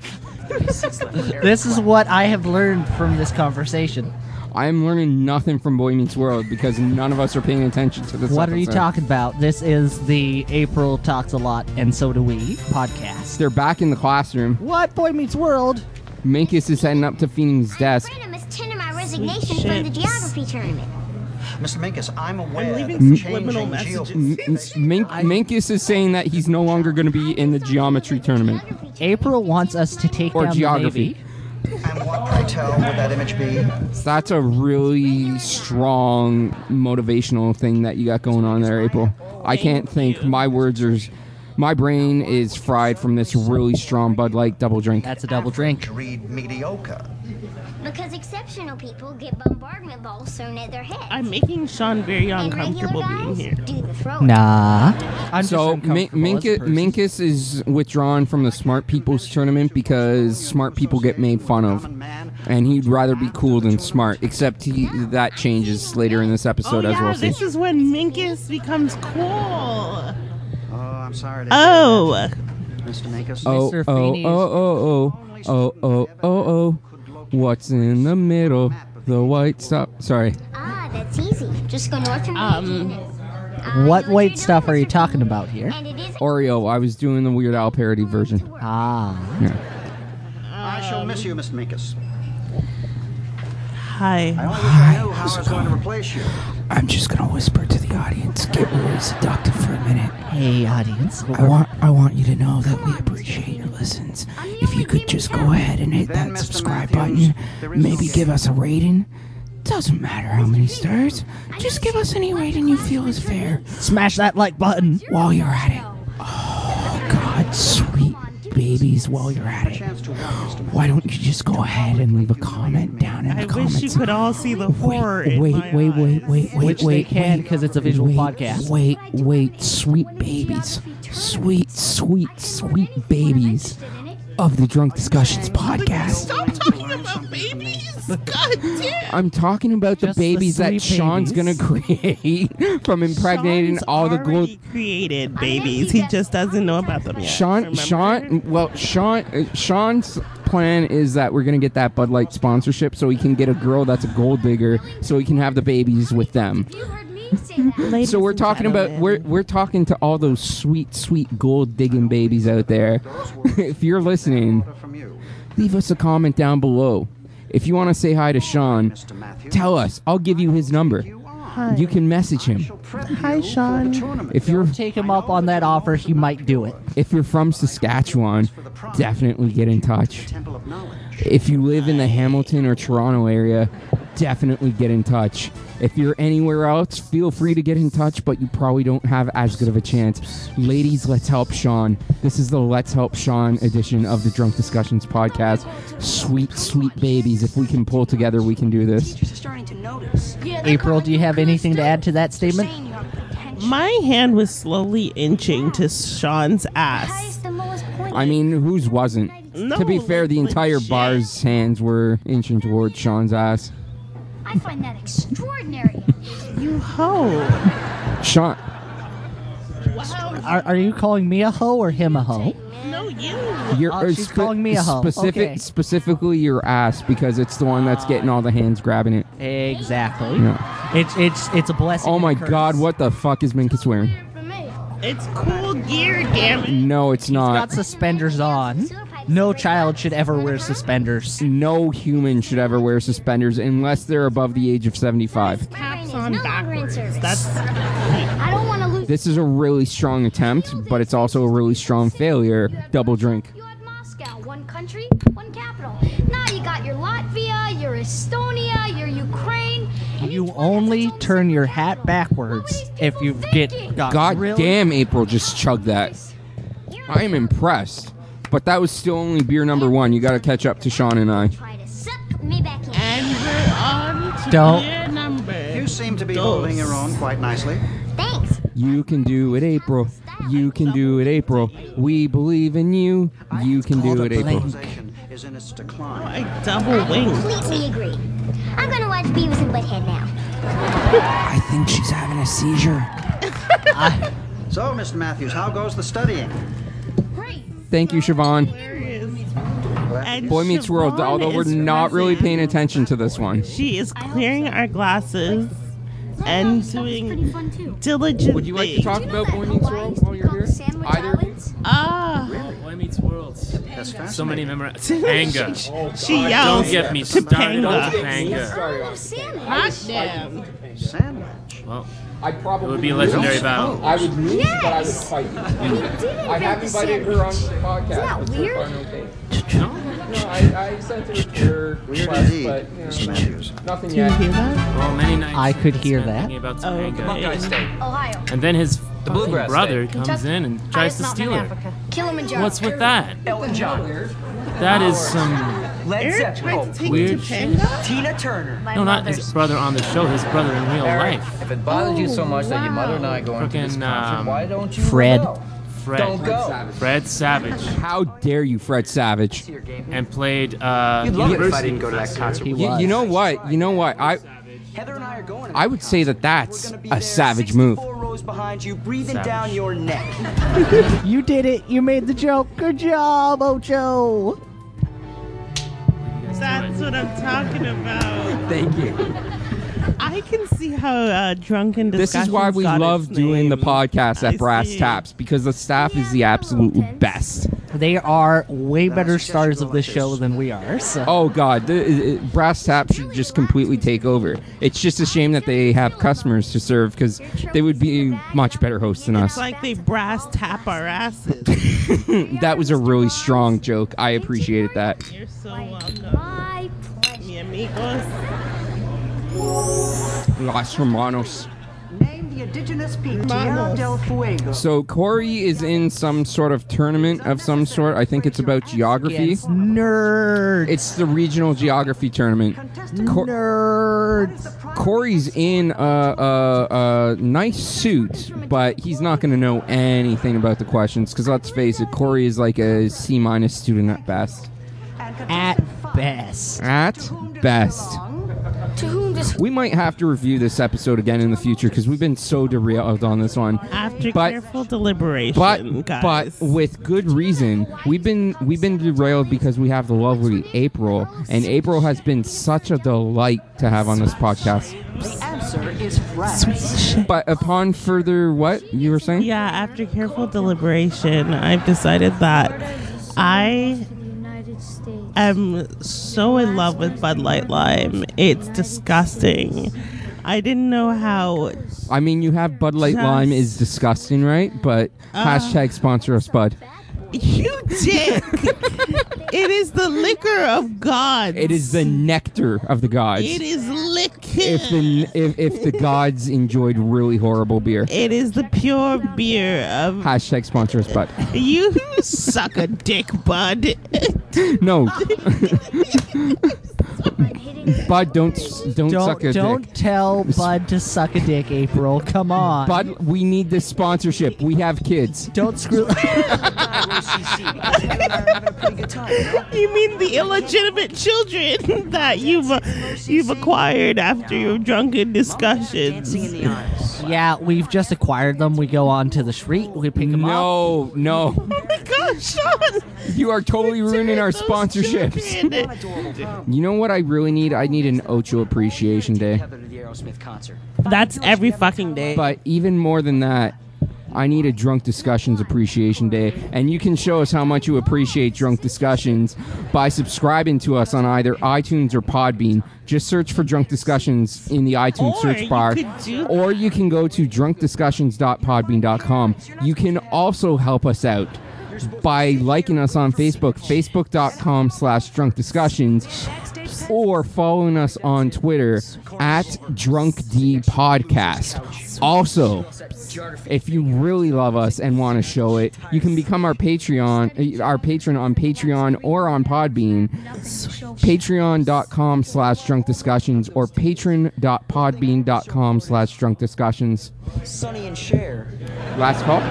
Speaker 3: this is what I have learned from this conversation.
Speaker 1: I'm learning nothing from Boy Meets World because none of us are paying attention to this.
Speaker 3: What are you
Speaker 1: episode.
Speaker 3: talking about? This is the April Talks a Lot and So Do We podcast.
Speaker 1: They're back in the classroom.
Speaker 3: What Boy Meets World?
Speaker 1: Minkus is heading up to Feeney's desk.
Speaker 5: Brenna must tender my resignation
Speaker 2: shit.
Speaker 5: from the geography tournament.
Speaker 4: Mr. Minkus, I'm aware
Speaker 2: leaving
Speaker 4: that the
Speaker 2: subliminal
Speaker 4: changing geo-
Speaker 2: messages.
Speaker 1: Mink, Minkus is saying that he's no longer going to be in the geometry tournament
Speaker 3: April wants us to take
Speaker 1: or
Speaker 3: down the
Speaker 1: geography.
Speaker 3: Navy.
Speaker 4: And what, I tell, would that image be?
Speaker 1: That's a really strong motivational thing that you got going on there, April. I can't think. My words are, my brain is fried from this really strong Bud Light double drink.
Speaker 3: That's a double drink.
Speaker 4: Read mediocre.
Speaker 5: Because exceptional people get bombardment balls thrown at their heads.
Speaker 2: I'm making Sean very
Speaker 5: and regular
Speaker 2: uncomfortable being
Speaker 5: guys
Speaker 2: here.
Speaker 5: do the throw.
Speaker 3: Nah. I'm
Speaker 1: So Min- Minkus, Minkus is withdrawn from the smart people's tournament because smart people get made fun of, and he'd rather be cool than smart. Except he, that changes later in this
Speaker 2: Oh
Speaker 1: episode, as
Speaker 2: yeah,
Speaker 1: we'll see.
Speaker 2: this is when Minkus becomes cool.
Speaker 4: Oh, I'm sorry to
Speaker 2: Oh,
Speaker 4: hear that, Mr. Minkus.
Speaker 1: Oh oh
Speaker 3: Mr.
Speaker 1: oh
Speaker 3: Feeney's-
Speaker 1: oh oh oh oh oh oh! What's in the middle? The white stuff. Sorry.
Speaker 5: Ah, that's easy. Just go north Uh, and
Speaker 2: Um,
Speaker 3: What white stuff are you talking about here?
Speaker 5: And it is
Speaker 1: Oreo. I was doing the Weird Al parody version.
Speaker 3: Ah.
Speaker 4: I shall miss you, Mr. Minkus. I
Speaker 2: hi.
Speaker 4: only wish I knew how I was going to replace you.
Speaker 1: I'm just gonna whisper to the audience. Get really seductive for a minute.
Speaker 3: Hey, audience.
Speaker 1: I want I want you to know that we appreciate your listens. If you could just go ahead and hit
Speaker 4: Then,
Speaker 1: that
Speaker 4: Mr.
Speaker 1: subscribe
Speaker 4: Matthews,
Speaker 1: button,
Speaker 4: there is no
Speaker 1: maybe
Speaker 4: game.
Speaker 1: give us a rating, Doesn't matter how many stars. Just give us any rating you feel is fair.
Speaker 3: Smash that like button.
Speaker 1: While you're at it. Oh, God, sweet babies, while you're at it.
Speaker 4: Chance to walk, Mr. Mac-
Speaker 1: Why don't you just go ahead and leave a comment down in
Speaker 2: I
Speaker 1: the
Speaker 2: wish you
Speaker 1: comments?
Speaker 2: could all see the horror.
Speaker 1: Wait,
Speaker 2: in
Speaker 1: wait,
Speaker 2: my
Speaker 1: wait, wait, wait,
Speaker 2: eyes.
Speaker 1: wait, wait.
Speaker 7: Which they can
Speaker 1: wait.
Speaker 7: 'cause it's a visual
Speaker 1: Wait,
Speaker 7: podcast.
Speaker 1: Wait, wait, sweet babies. Sweet, sweet, sweet babies of the Drunk Discussions podcast.
Speaker 2: Stop talking about babies. God damn.
Speaker 1: I'm talking about the
Speaker 3: Just the
Speaker 1: babies that
Speaker 3: sweet
Speaker 1: Sean's
Speaker 3: babies.
Speaker 1: gonna create from impregnating
Speaker 2: Sean's
Speaker 1: all the gold.
Speaker 2: already created babies. He just doesn't know about them yet.
Speaker 1: Sean,
Speaker 2: remember?
Speaker 1: Sean, well, Sean, uh, Sean's plan is that we're gonna get that Bud Light sponsorship, so he can get a girl that's a gold digger, so he can have the babies with them.
Speaker 5: You heard me say that.
Speaker 2: Ladies
Speaker 1: So we're
Speaker 2: and
Speaker 1: talking about
Speaker 2: gentlemen,
Speaker 1: we're we're talking to all those sweet sweet gold digging babies out there. if you're listening,
Speaker 4: order from you,
Speaker 1: leave us a comment down below. If you want to say hi to Sean,
Speaker 4: Mr. Matthews.
Speaker 1: tell us. I'll give you his number.
Speaker 4: You are.
Speaker 2: Hi.
Speaker 1: You can message him.
Speaker 4: She'll prep
Speaker 2: Hi,
Speaker 4: you for the
Speaker 2: Sean.
Speaker 4: tournament.
Speaker 1: If you're
Speaker 3: Take him up on that offer. He might do it.
Speaker 1: if you're from Saskatchewan, definitely get in touch.
Speaker 4: Temple of knowledge.
Speaker 1: If you live in the Hamilton or Toronto area, definitely get in touch. If you're anywhere else, feel free to get in touch, but you probably don't have as good of a chance. Ladies, let's help Sean. This is the Let's Help Sean edition of the Drunk Discussions podcast. Sweet, sweet babies. If we can pull together, we can do this.
Speaker 6: Teachers are starting to notice.
Speaker 3: April, do you have anything to add to that statement?
Speaker 6: Saying you have potential.
Speaker 2: My hand was slowly inching to Sean's ass.
Speaker 5: Highest and lowest point.
Speaker 1: I mean, whose wasn't?
Speaker 2: No,
Speaker 1: to be fair, the
Speaker 2: like,
Speaker 1: entire
Speaker 2: legit.
Speaker 1: bar's hands were inching towards Sean's ass.
Speaker 5: I find that extraordinary.
Speaker 2: You hoe.
Speaker 1: Sean,
Speaker 3: Are, are you calling me a hoe or him a hoe?
Speaker 2: No, you.
Speaker 1: Your,
Speaker 3: Oh, she's calling me a hoe.
Speaker 1: Specific,
Speaker 3: Okay.
Speaker 1: Specifically your ass because it's the one that's getting all the hands grabbing it.
Speaker 3: Exactly.
Speaker 1: Yeah.
Speaker 3: It's it's it's a blessing.
Speaker 1: Oh
Speaker 3: and
Speaker 1: my
Speaker 3: a curse.
Speaker 1: god, what the fuck is Minkus wearing?
Speaker 2: It's cool gear, damn it.
Speaker 1: No, it's
Speaker 3: Got
Speaker 1: not.
Speaker 3: suspenders on. No child should ever wear suspenders.
Speaker 1: No human should ever wear suspenders unless they're above the age of 75.
Speaker 2: Caps on backwards. That's
Speaker 5: I don't want to lose.
Speaker 1: This is a really strong attempt, but it's also a really strong failure. Double drink.
Speaker 5: You had Moscow, one country, one capital. Now you got your Latvia, your Estonia, your Ukraine. and
Speaker 3: You
Speaker 5: each one has
Speaker 3: only
Speaker 5: its own
Speaker 3: turn your hat
Speaker 5: capital. What
Speaker 3: backwards
Speaker 5: were these
Speaker 3: if you
Speaker 5: people
Speaker 3: get
Speaker 5: thinking?
Speaker 3: got
Speaker 1: God
Speaker 3: really
Speaker 1: damn, April just chugged that. I am impressed. But that was still only beer number one. You gotta catch up to Sean and I.
Speaker 5: Try to suck me back in.
Speaker 2: and we're on to
Speaker 3: Don't.
Speaker 2: gear number.
Speaker 4: You seem to be
Speaker 2: Dos.
Speaker 4: holding your own quite nicely.
Speaker 5: Thanks.
Speaker 1: You can do it, April. You can do it, April. We believe in you. You can do it, April.
Speaker 4: Civilization is in its decline.
Speaker 2: I double wing.
Speaker 5: Completely agree. I'm gonna watch Beavis and Butthead now.
Speaker 1: I think she's having a seizure.
Speaker 4: So, Mr. Matthews, how goes the studying?
Speaker 5: Great.
Speaker 1: Thank you, Siobhan.
Speaker 2: And
Speaker 1: Boy Meets World,
Speaker 2: Siobhan
Speaker 1: although we're
Speaker 2: is
Speaker 1: not really
Speaker 2: present.
Speaker 1: paying attention to this one.
Speaker 2: She is clearing our glasses and doing
Speaker 5: fun too.
Speaker 2: diligent
Speaker 1: Would you like to talk
Speaker 5: Do you know
Speaker 1: about
Speaker 5: that
Speaker 1: Boy Meets
Speaker 5: Hawaii
Speaker 1: World
Speaker 5: used to
Speaker 1: while
Speaker 5: be
Speaker 1: you're
Speaker 5: called
Speaker 1: here?
Speaker 5: Sandwich
Speaker 1: Either of you?
Speaker 5: Islands?
Speaker 2: Ah,
Speaker 7: Boy Meets Worlds.
Speaker 4: That's
Speaker 7: So many
Speaker 4: fascinating.
Speaker 7: memories. Tanga.
Speaker 2: she yells.
Speaker 7: Don't get me started on Tanga.
Speaker 5: Island of Sandwich.
Speaker 2: Gosh damn.
Speaker 4: Sandwich.
Speaker 7: Well,
Speaker 1: I probably
Speaker 7: it would be a legendary battle.
Speaker 1: I would lose,
Speaker 5: but I would Yes!
Speaker 1: fight you.
Speaker 5: We did invent the sandwich.
Speaker 1: podcast.
Speaker 5: that but so weird? far, no
Speaker 1: no
Speaker 7: No?
Speaker 1: I, I sent her her
Speaker 4: Weird indeed, Mr. Matthews.
Speaker 1: nothing
Speaker 2: Do you hear that?
Speaker 7: Well, many nights
Speaker 3: I could
Speaker 7: spent
Speaker 3: hear
Speaker 7: thinking
Speaker 3: Oh,
Speaker 7: About Tanga.
Speaker 5: Ohio.
Speaker 7: And then his fucking
Speaker 8: bluegrass
Speaker 7: brother comes in and tries to steal her.
Speaker 5: Kilimanjaro.
Speaker 7: What's with that?
Speaker 8: Elton John,
Speaker 7: That is some
Speaker 8: Led
Speaker 2: Eric tried to
Speaker 8: Zeppelin,
Speaker 2: take
Speaker 7: weird
Speaker 2: Topanga?
Speaker 8: Tina Turner.
Speaker 7: no, not his brother on the show, his brother in real
Speaker 8: Eric,
Speaker 7: life.
Speaker 8: if it bothers you so much that your mother and I are going to this
Speaker 7: Frickin',
Speaker 8: concert,
Speaker 7: um,
Speaker 8: why don't you
Speaker 3: Fred.
Speaker 8: go? Don't
Speaker 7: Fred,
Speaker 8: go.
Speaker 7: Fred Savage,
Speaker 1: How dare you, Fred Savage?
Speaker 7: and played uh,
Speaker 8: You'd love it if I
Speaker 7: university
Speaker 8: didn't go to that
Speaker 7: professor.
Speaker 8: concert.
Speaker 3: He
Speaker 1: You,
Speaker 3: was.
Speaker 1: you know what? You know what? I
Speaker 8: Heather and I are going. to
Speaker 1: I
Speaker 8: that
Speaker 1: would say
Speaker 8: concert.
Speaker 1: that that's
Speaker 8: We're gonna be
Speaker 1: a
Speaker 8: there,
Speaker 1: savage move.
Speaker 8: 64 rows behind you, breathing
Speaker 7: Savage.
Speaker 8: down your neck.
Speaker 3: You did it. You made the joke. Good job, Ocho.
Speaker 2: That's what I'm talking about.
Speaker 1: thank you.
Speaker 2: I can see how uh, drunken
Speaker 1: This is why
Speaker 2: Discussions
Speaker 1: we
Speaker 2: got
Speaker 1: love
Speaker 2: its
Speaker 1: doing the
Speaker 2: name.
Speaker 1: podcast
Speaker 2: I
Speaker 1: at Brass
Speaker 2: see.
Speaker 1: Taps because the staff is the absolute best.
Speaker 3: They are way better
Speaker 4: suggests you
Speaker 3: stars
Speaker 4: go
Speaker 3: of the
Speaker 4: like
Speaker 3: show
Speaker 4: this.
Speaker 3: than we are. So.
Speaker 1: Oh God, the, uh, Brass Taps should just completely take over. It's just a shame that they have customers to serve because they would be much better hosts than
Speaker 2: It's
Speaker 1: us.
Speaker 2: like they brass tap our asses.
Speaker 1: That was a really strong joke. I appreciated that.
Speaker 2: You're so welcome.
Speaker 5: My pleasure.
Speaker 2: Mi amigos.
Speaker 1: Los Hermanos.
Speaker 8: Name the indigenous peak Tierra
Speaker 2: Vamos.
Speaker 8: del Fuego.
Speaker 1: So Corey is in some sort of tournament of some sort. I think it's about geography.
Speaker 8: Yes.
Speaker 3: Nerd.
Speaker 1: It's the regional geography tournament.
Speaker 8: Contestant
Speaker 1: Cor-
Speaker 3: Nerd.
Speaker 1: Corey's in a, a, a nice suit, but he's not going to know anything about the questions because let's face it, Corey is like a C minus student at best.
Speaker 8: and
Speaker 3: At
Speaker 8: contestant five.
Speaker 3: best.
Speaker 1: At best.
Speaker 5: To whom does
Speaker 1: We might have to review this episode again in the future because we've been so derailed on this one.
Speaker 2: After
Speaker 1: But-
Speaker 2: careful deliberation,
Speaker 1: But
Speaker 2: guys.
Speaker 1: but with good reason, we've been we've been derailed because we have the lovely April, and April has been such a delight to have on this podcast.
Speaker 8: The answer is France.
Speaker 1: But upon further what you were saying,
Speaker 2: yeah, after careful deliberation, I've decided that I
Speaker 5: the United States?
Speaker 2: am so in love with Bud Light Lime. It's disgusting. I didn't know how
Speaker 1: I mean you have Bud Light
Speaker 2: Just- Uh.
Speaker 1: Lime is disgusting, right? But hashtag sponsor us, Bud.
Speaker 2: you dick. it is the liquor of God.
Speaker 1: It is the nectar of the gods.
Speaker 2: It is liquor.
Speaker 1: If the if, if the gods enjoyed really horrible beer,
Speaker 2: it is the pure beer of
Speaker 1: hashtag sponsor us, Bud.
Speaker 2: you suck a dick, bud.
Speaker 1: No,
Speaker 5: I'm hitting
Speaker 1: Bud, don't don't, suck a
Speaker 3: Don't,
Speaker 1: dick.
Speaker 3: don't tell Bud to suck a dick, April. Come on.
Speaker 1: Bud, we need this sponsorship. We have kids.
Speaker 3: Don't screw.
Speaker 2: You mean the illegitimate children that you've uh, you've acquired after your drunken
Speaker 8: Dancing in
Speaker 2: discussions?
Speaker 8: the aisles.
Speaker 3: yeah, we've just acquired them. We go on to the street. We pick them up.
Speaker 1: No, no.
Speaker 2: Oh my gosh, Sean!
Speaker 1: You are totally ruining our
Speaker 2: Those
Speaker 1: sponsorships.
Speaker 2: children.
Speaker 1: You know what I really need? I need an Ocho Appreciation Day.
Speaker 8: Heather to the Aerosmith concert.
Speaker 2: That's every fucking day.
Speaker 1: But even more than that, I need a Drunk Discussions Appreciation Day. And you can show us how much you appreciate Drunk Discussions by subscribing to us on either iTunes or Podbean. Just search for Drunk Discussions in the iTunes
Speaker 2: Or
Speaker 1: search
Speaker 2: you
Speaker 1: bar.
Speaker 2: could do-
Speaker 1: or you can go to drunkdiscussions.podbean.com. You can also help us out by liking us on Facebook, facebook.com slash drunk discussions, or following us on Twitter at drunkdpodcast. Also, if you really love us and want to show it, you can become our Patreon, uh, our patron on Patreon or on Podbean. Patreon.com slash drunk discussions or patron.podbean.com slash drunk discussions.
Speaker 8: Sonny and Cher.
Speaker 1: Last call.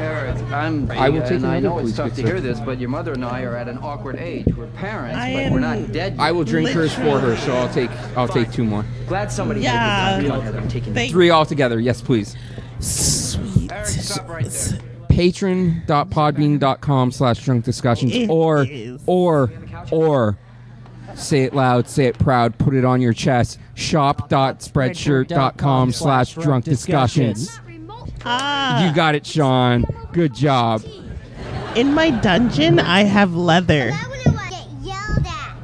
Speaker 4: Eric, I'm.
Speaker 1: I will take
Speaker 4: and I
Speaker 1: another,
Speaker 4: know it's
Speaker 1: please,
Speaker 4: tough
Speaker 1: good
Speaker 4: to
Speaker 1: sir.
Speaker 4: hear this, but your mother and I are at an awkward age. We're parents,
Speaker 2: I
Speaker 4: but
Speaker 2: am-
Speaker 4: we're not dead. Yet.
Speaker 1: I will drink hers for her, so I'll take I'll take two more.
Speaker 8: Glad somebody
Speaker 2: Yeah.
Speaker 8: made the real Heather. I'm taking
Speaker 2: Thank
Speaker 1: Three altogether, yes please.
Speaker 2: sweet.
Speaker 4: Eric, stop right there.
Speaker 1: patron.podbean.com slash drunk discussions
Speaker 2: It
Speaker 1: or
Speaker 2: is.
Speaker 1: or or say it loud say it proud put it on your chest shop.spreadshirt.com slash drunk discussions
Speaker 5: Not remote.
Speaker 2: Ah,
Speaker 1: you got it sean good job
Speaker 2: in my dungeon, I have leather.
Speaker 5: Why would I get yelled at?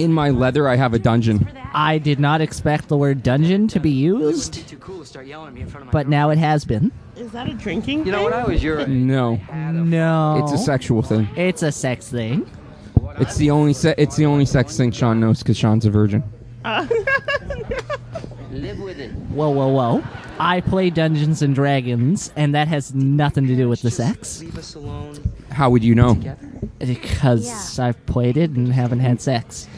Speaker 1: in my leather i have a dungeon
Speaker 3: I did not expect the word dungeon to be used,
Speaker 8: Too cool to start yelling at me in front of my
Speaker 3: but now it has been.
Speaker 2: Is that a drinking?
Speaker 4: You know, when I was your age,
Speaker 1: no
Speaker 3: No.
Speaker 1: it's a sexual thing
Speaker 3: It's a sex thing.
Speaker 1: it's the only se- it's the only sex thing sean knows because sean's a virgin
Speaker 4: live with it.
Speaker 3: Whoa, whoa, whoa. I play Dungeons and Dragons, and that has nothing to do with the sex
Speaker 8: Leave us alone.
Speaker 1: how would you know
Speaker 3: because I've played it and haven't had sex.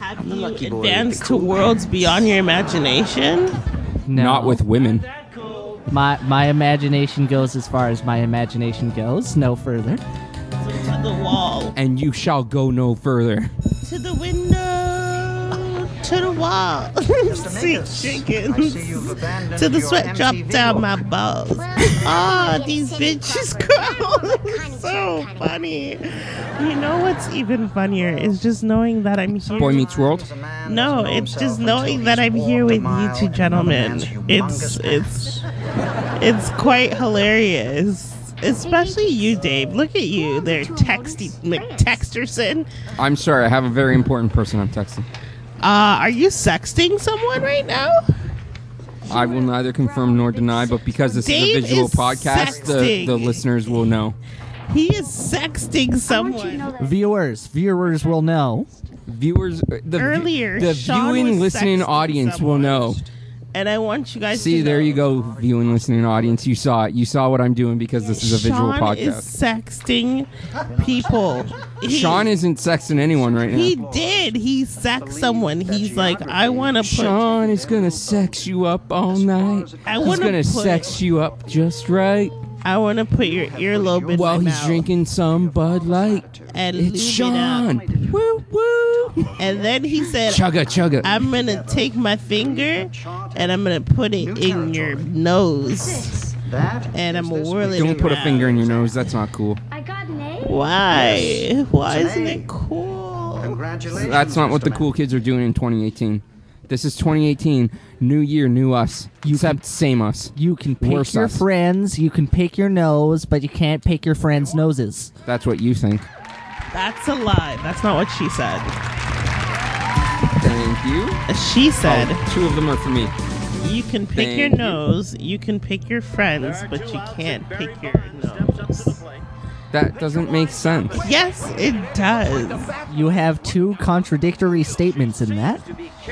Speaker 2: Have
Speaker 8: the
Speaker 2: you
Speaker 8: lucky boy with
Speaker 2: advanced
Speaker 8: the
Speaker 2: to worlds beyond your imagination?
Speaker 3: No.
Speaker 1: not with women
Speaker 3: my my imagination goes as far as my imagination goes, no further.
Speaker 2: To the wall,
Speaker 1: and you shall go no further
Speaker 2: to the window, to the wall. Sweet chickens.
Speaker 4: I see you've abandoned
Speaker 2: to the
Speaker 4: your
Speaker 2: sweat drop
Speaker 4: MTV
Speaker 2: down
Speaker 4: look.
Speaker 2: my balls. Ah, these bitches go so funny. You know what's even funnier is just knowing that I'm here.
Speaker 1: boy meets world
Speaker 2: No, it's just knowing that I'm here with you two gentlemen. It's it's it's quite hilarious. Especially you, Dave. Look at you there, Texty McTexterson.
Speaker 1: i'm sorry i have a very important person i'm texting
Speaker 2: Uh, are you sexting someone right now?
Speaker 1: I will neither confirm nor deny, but because this
Speaker 2: Dave
Speaker 1: is a visual
Speaker 2: is
Speaker 1: podcast, the,
Speaker 2: sexting.
Speaker 1: the listeners will know.
Speaker 2: He is sexting
Speaker 5: Don't you know
Speaker 2: someone.
Speaker 5: that
Speaker 3: Viewers, viewers will know.
Speaker 1: Viewers, uh, the view-
Speaker 2: Earlier,
Speaker 1: the
Speaker 2: Sean
Speaker 1: viewing
Speaker 2: was
Speaker 1: listening
Speaker 2: sexting
Speaker 1: audience will
Speaker 2: someone.
Speaker 1: know.
Speaker 2: And I want you guys
Speaker 1: See,
Speaker 2: to
Speaker 1: there
Speaker 2: know
Speaker 1: you go, viewing listening audience. You saw it. You saw what I'm doing because this is a visual
Speaker 2: Sean is
Speaker 1: podcast.
Speaker 2: sexting people. He-
Speaker 1: Sean isn't sexting anyone right
Speaker 2: He
Speaker 1: now.
Speaker 2: did. He sacked someone. He's like, I want to put.
Speaker 1: Sean is gonna sex you up all night.
Speaker 2: I
Speaker 1: He's
Speaker 2: want to
Speaker 1: gonna
Speaker 2: put.
Speaker 1: sex you up just right
Speaker 2: I want to put your earlobe in
Speaker 1: while
Speaker 2: my
Speaker 1: he's
Speaker 2: mouth
Speaker 1: drinking some Bud Light.
Speaker 2: And lube
Speaker 1: It's
Speaker 2: It
Speaker 1: Sean.
Speaker 2: up.
Speaker 1: Woo woo.
Speaker 2: And then he said,
Speaker 1: Chugga chugga.
Speaker 2: I'm gonna take my finger and I'm gonna put it in your nose.
Speaker 5: This.
Speaker 4: That
Speaker 2: And I'm
Speaker 4: is this
Speaker 2: whirling
Speaker 4: week's
Speaker 1: Don't put a
Speaker 2: around.
Speaker 1: finger in your nose. That's not cool.
Speaker 5: I got an A.
Speaker 2: Why? Why
Speaker 4: It's
Speaker 2: isn't
Speaker 4: an
Speaker 2: it
Speaker 4: A.
Speaker 2: cool?
Speaker 4: Congratulations.
Speaker 1: That's not what
Speaker 4: Mr.
Speaker 1: the cool kids are doing in 2018. This is 2018. New year, new us. Except same us.
Speaker 3: You can pick
Speaker 1: Worse
Speaker 3: your
Speaker 1: us.
Speaker 3: friends, you can pick your nose, but you can't pick your friends' noses.
Speaker 1: That's what you think.
Speaker 2: That's a lie. That's not what she said.
Speaker 1: Thank you.
Speaker 2: She said,
Speaker 1: Oh, two of them are for me.
Speaker 2: you can pick
Speaker 1: thank
Speaker 2: your
Speaker 1: you.
Speaker 2: nose, you can pick your friends, but you can't pick your nose.
Speaker 1: That doesn't make sense.
Speaker 2: Yes, it does.
Speaker 3: You have two contradictory statements in that.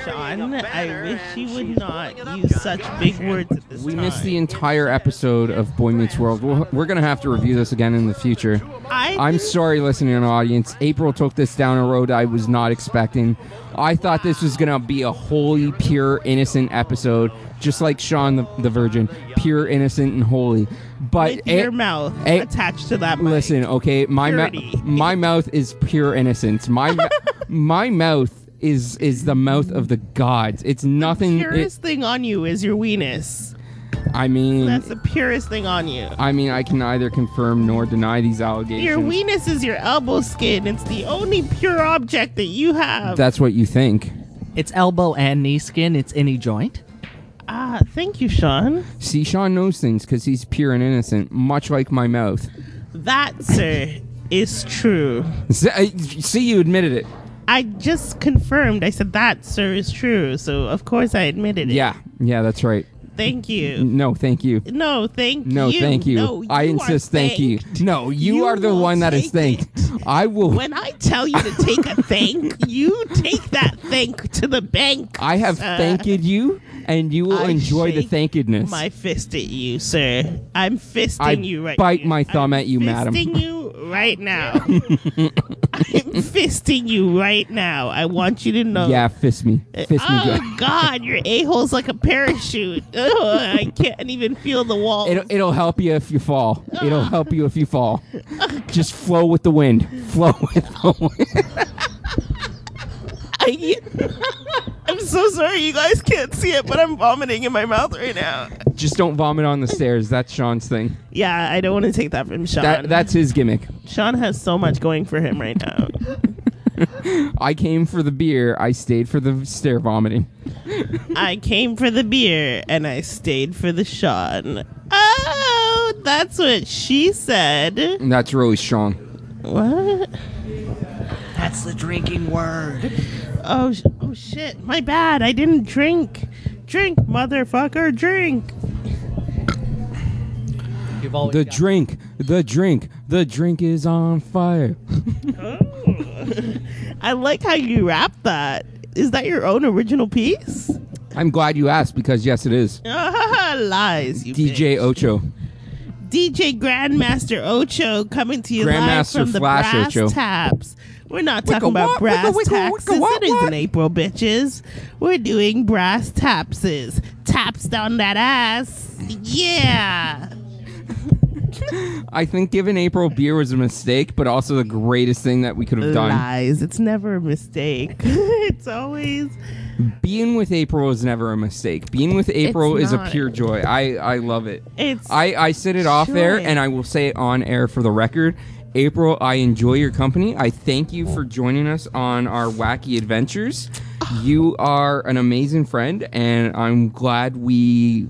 Speaker 2: Sean, I wish you would not use such big words at this
Speaker 1: We
Speaker 2: time.
Speaker 1: missed the entire episode of Boy Meets World. We'll, we're going to have to review this again in the future.
Speaker 2: I
Speaker 1: I'm
Speaker 2: think-
Speaker 1: sorry, listening audience. April took this down a road I was not expecting. I thought this was going to be a holy, pure, innocent episode, just like Sean the, the Virgin, pure, innocent, and holy. But
Speaker 2: with
Speaker 1: it-
Speaker 2: your mouth
Speaker 1: eh,
Speaker 2: attached to that mic.
Speaker 1: Listen, okay, my
Speaker 2: Purity.
Speaker 1: mou- my mouth is pure innocence. My mou- my mouth is is the mouth of the gods. It's nothing. it-
Speaker 2: purest thing on you is your weenus.
Speaker 1: I mean,
Speaker 2: That's the purest thing on you.
Speaker 1: I mean, I can neither confirm nor deny these allegations.
Speaker 2: Your weenus is your elbow skin. It's the only pure object that you have.
Speaker 1: That's what you think.
Speaker 3: It's elbow and knee skin, it's any joint.
Speaker 2: ah, thank you, Sean.
Speaker 1: See, Sean knows things because he's pure and innocent, much like my mouth.
Speaker 2: That, sir, is true.
Speaker 1: S- I- See, you admitted it.
Speaker 2: I just confirmed. I said that, sir, is true. So of course I admitted it.
Speaker 1: Yeah, yeah, that's right.
Speaker 2: Thank you.
Speaker 1: No, thank you.
Speaker 2: No, thank
Speaker 1: No,
Speaker 2: you.
Speaker 1: thank you.
Speaker 2: No,
Speaker 1: I
Speaker 2: you are
Speaker 1: insist. Thank you.
Speaker 2: thanked.
Speaker 1: No, you,
Speaker 2: You
Speaker 1: are the
Speaker 2: will
Speaker 1: one that is
Speaker 2: take
Speaker 1: thanked. I will.
Speaker 2: When I tell you to take a thank, you take that thank to the bank.
Speaker 1: I have
Speaker 2: sir.
Speaker 1: thanked you, and you will
Speaker 2: Uh, I
Speaker 1: enjoy the
Speaker 2: shake
Speaker 1: thankedness.
Speaker 2: my fist at you, sir. I'm fisting
Speaker 1: I
Speaker 2: you right
Speaker 1: bite
Speaker 2: now.
Speaker 1: my thumb
Speaker 2: I'm
Speaker 1: at you, madam.
Speaker 2: Fisting you right now. I'm fisting you right now. I want you to know.
Speaker 1: yeah, fist me,
Speaker 2: Uh,
Speaker 1: fist me good.
Speaker 2: oh God, your a hole's like a parachute. Ugh, I can't even feel the wall.
Speaker 1: It'll, it'll help you if you fall. It'll help you if you fall. Just flow with the wind. Flow with the wind.
Speaker 2: I, am so sorry, you guys can't see it, but I'm vomiting in my mouth right now.
Speaker 1: Just don't vomit on the stairs. That's Sean's thing.
Speaker 2: Yeah, I don't want to take that from Sean.
Speaker 1: That that's his gimmick.
Speaker 2: Sean has so much going for him right now.
Speaker 1: I came for the beer. I stayed for the stair vomiting.
Speaker 2: I came for the beer and I stayed for the Sean. Oh, that's what she said.
Speaker 1: And that's really strong.
Speaker 2: What?
Speaker 8: That's the drinking word.
Speaker 2: Oh, sh- oh shit. My bad. I didn't drink. Drink, motherfucker, drink.
Speaker 3: You've always
Speaker 1: The drink, the drink, the drink is on fire.
Speaker 2: I like how you rap that. Is that your own original piece?
Speaker 1: I'm glad you asked because yes, it is.
Speaker 2: Lies, you
Speaker 1: DJ
Speaker 2: bitch.
Speaker 1: Ocho.
Speaker 2: DJ Grandmaster Ocho coming to you
Speaker 1: Grandmaster
Speaker 2: live from the
Speaker 1: Flash
Speaker 2: brass
Speaker 1: Ocho.
Speaker 2: taps. We're not talking about
Speaker 1: what? Wicca,
Speaker 2: brass
Speaker 1: wicca,
Speaker 2: taxes.
Speaker 1: wicca, what,
Speaker 2: it isn't
Speaker 1: what?
Speaker 2: April, bitches. We're doing brass tapses. Taps down that ass. Yeah.
Speaker 1: I think giving April beer was a mistake, but also the greatest thing that we could have done.
Speaker 2: Lies. It's never a mistake. it's always.
Speaker 1: Being with April is never a mistake. Being with April is a
Speaker 2: not.
Speaker 1: pure joy. I, I love it.
Speaker 2: It's.
Speaker 1: I, I said it off
Speaker 2: Sure.
Speaker 1: air and I will say it on air for the record. April, I enjoy your company. I thank you for joining us on our wacky adventures. You are an amazing friend and I'm glad we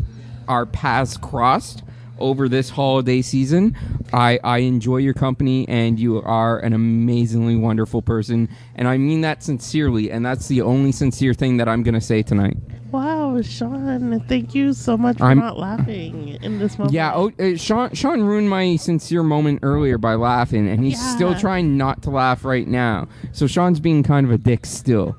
Speaker 1: our paths crossed over this holiday season. I, I enjoy your company, and you are an amazingly wonderful person. And I mean that sincerely, and that's the only sincere thing that I'm going to say tonight.
Speaker 2: Wow, Sean, thank you so much for
Speaker 1: I'm-
Speaker 2: not laughing in this moment.
Speaker 1: Yeah, oh, uh, Sean, Sean ruined my sincere moment earlier by laughing, and he's still
Speaker 2: Yeah.
Speaker 1: trying not to laugh right now. So Sean's being kind of a dick still.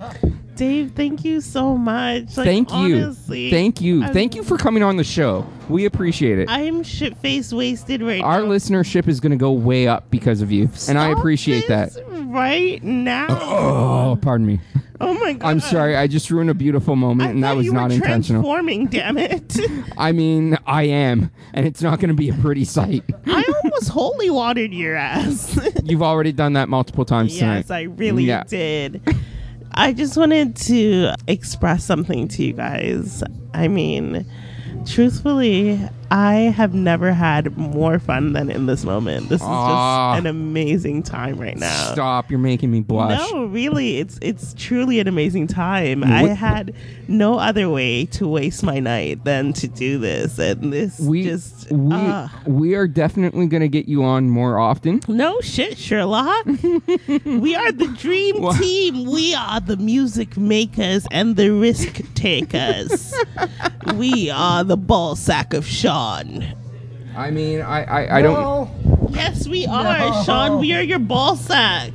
Speaker 2: Dave, thank you so much. Like,
Speaker 1: thank you.
Speaker 2: honestly,
Speaker 1: Thank you.
Speaker 2: I'm-
Speaker 1: thank you for coming on the show. We appreciate it.
Speaker 2: I'm shit faced wasted right
Speaker 1: Our
Speaker 2: now.
Speaker 1: listenership is going to go way up because of you, and I
Speaker 2: Stop
Speaker 1: appreciate
Speaker 2: this
Speaker 1: that.
Speaker 2: Right now.
Speaker 1: Oh, pardon me.
Speaker 2: Oh my god.
Speaker 1: I'm sorry. I just ruined a beautiful moment,
Speaker 2: I
Speaker 1: and that
Speaker 2: thought
Speaker 1: was
Speaker 2: you
Speaker 1: not
Speaker 2: were
Speaker 1: intentional.
Speaker 2: Transforming, damn it!
Speaker 1: I mean, I am, and it's not going to be a pretty sight.
Speaker 2: I almost holy watered your ass.
Speaker 1: You've already done that multiple times
Speaker 2: yes,
Speaker 1: tonight.
Speaker 2: I really
Speaker 1: Yeah.
Speaker 2: did. I just wanted to express something to you guys. I mean, truthfully, I have never had more fun than in this moment. This is
Speaker 1: Ah.
Speaker 2: just an amazing time right now.
Speaker 1: Stop! You're making me blush.
Speaker 2: No, really, it's it's truly an amazing time. I had no other way to waste my night than to do this, and this
Speaker 1: we
Speaker 2: just
Speaker 1: we
Speaker 2: ah.
Speaker 1: we are definitely going to get you on more often.
Speaker 2: no shit, Sherlock. we are the dream
Speaker 1: Wha-
Speaker 2: team. We are the music makers and the risk takers. we are the ball sack of Sean.
Speaker 1: I mean, I I, I don't.
Speaker 2: Yes, we are, Sean. We are your ball sack.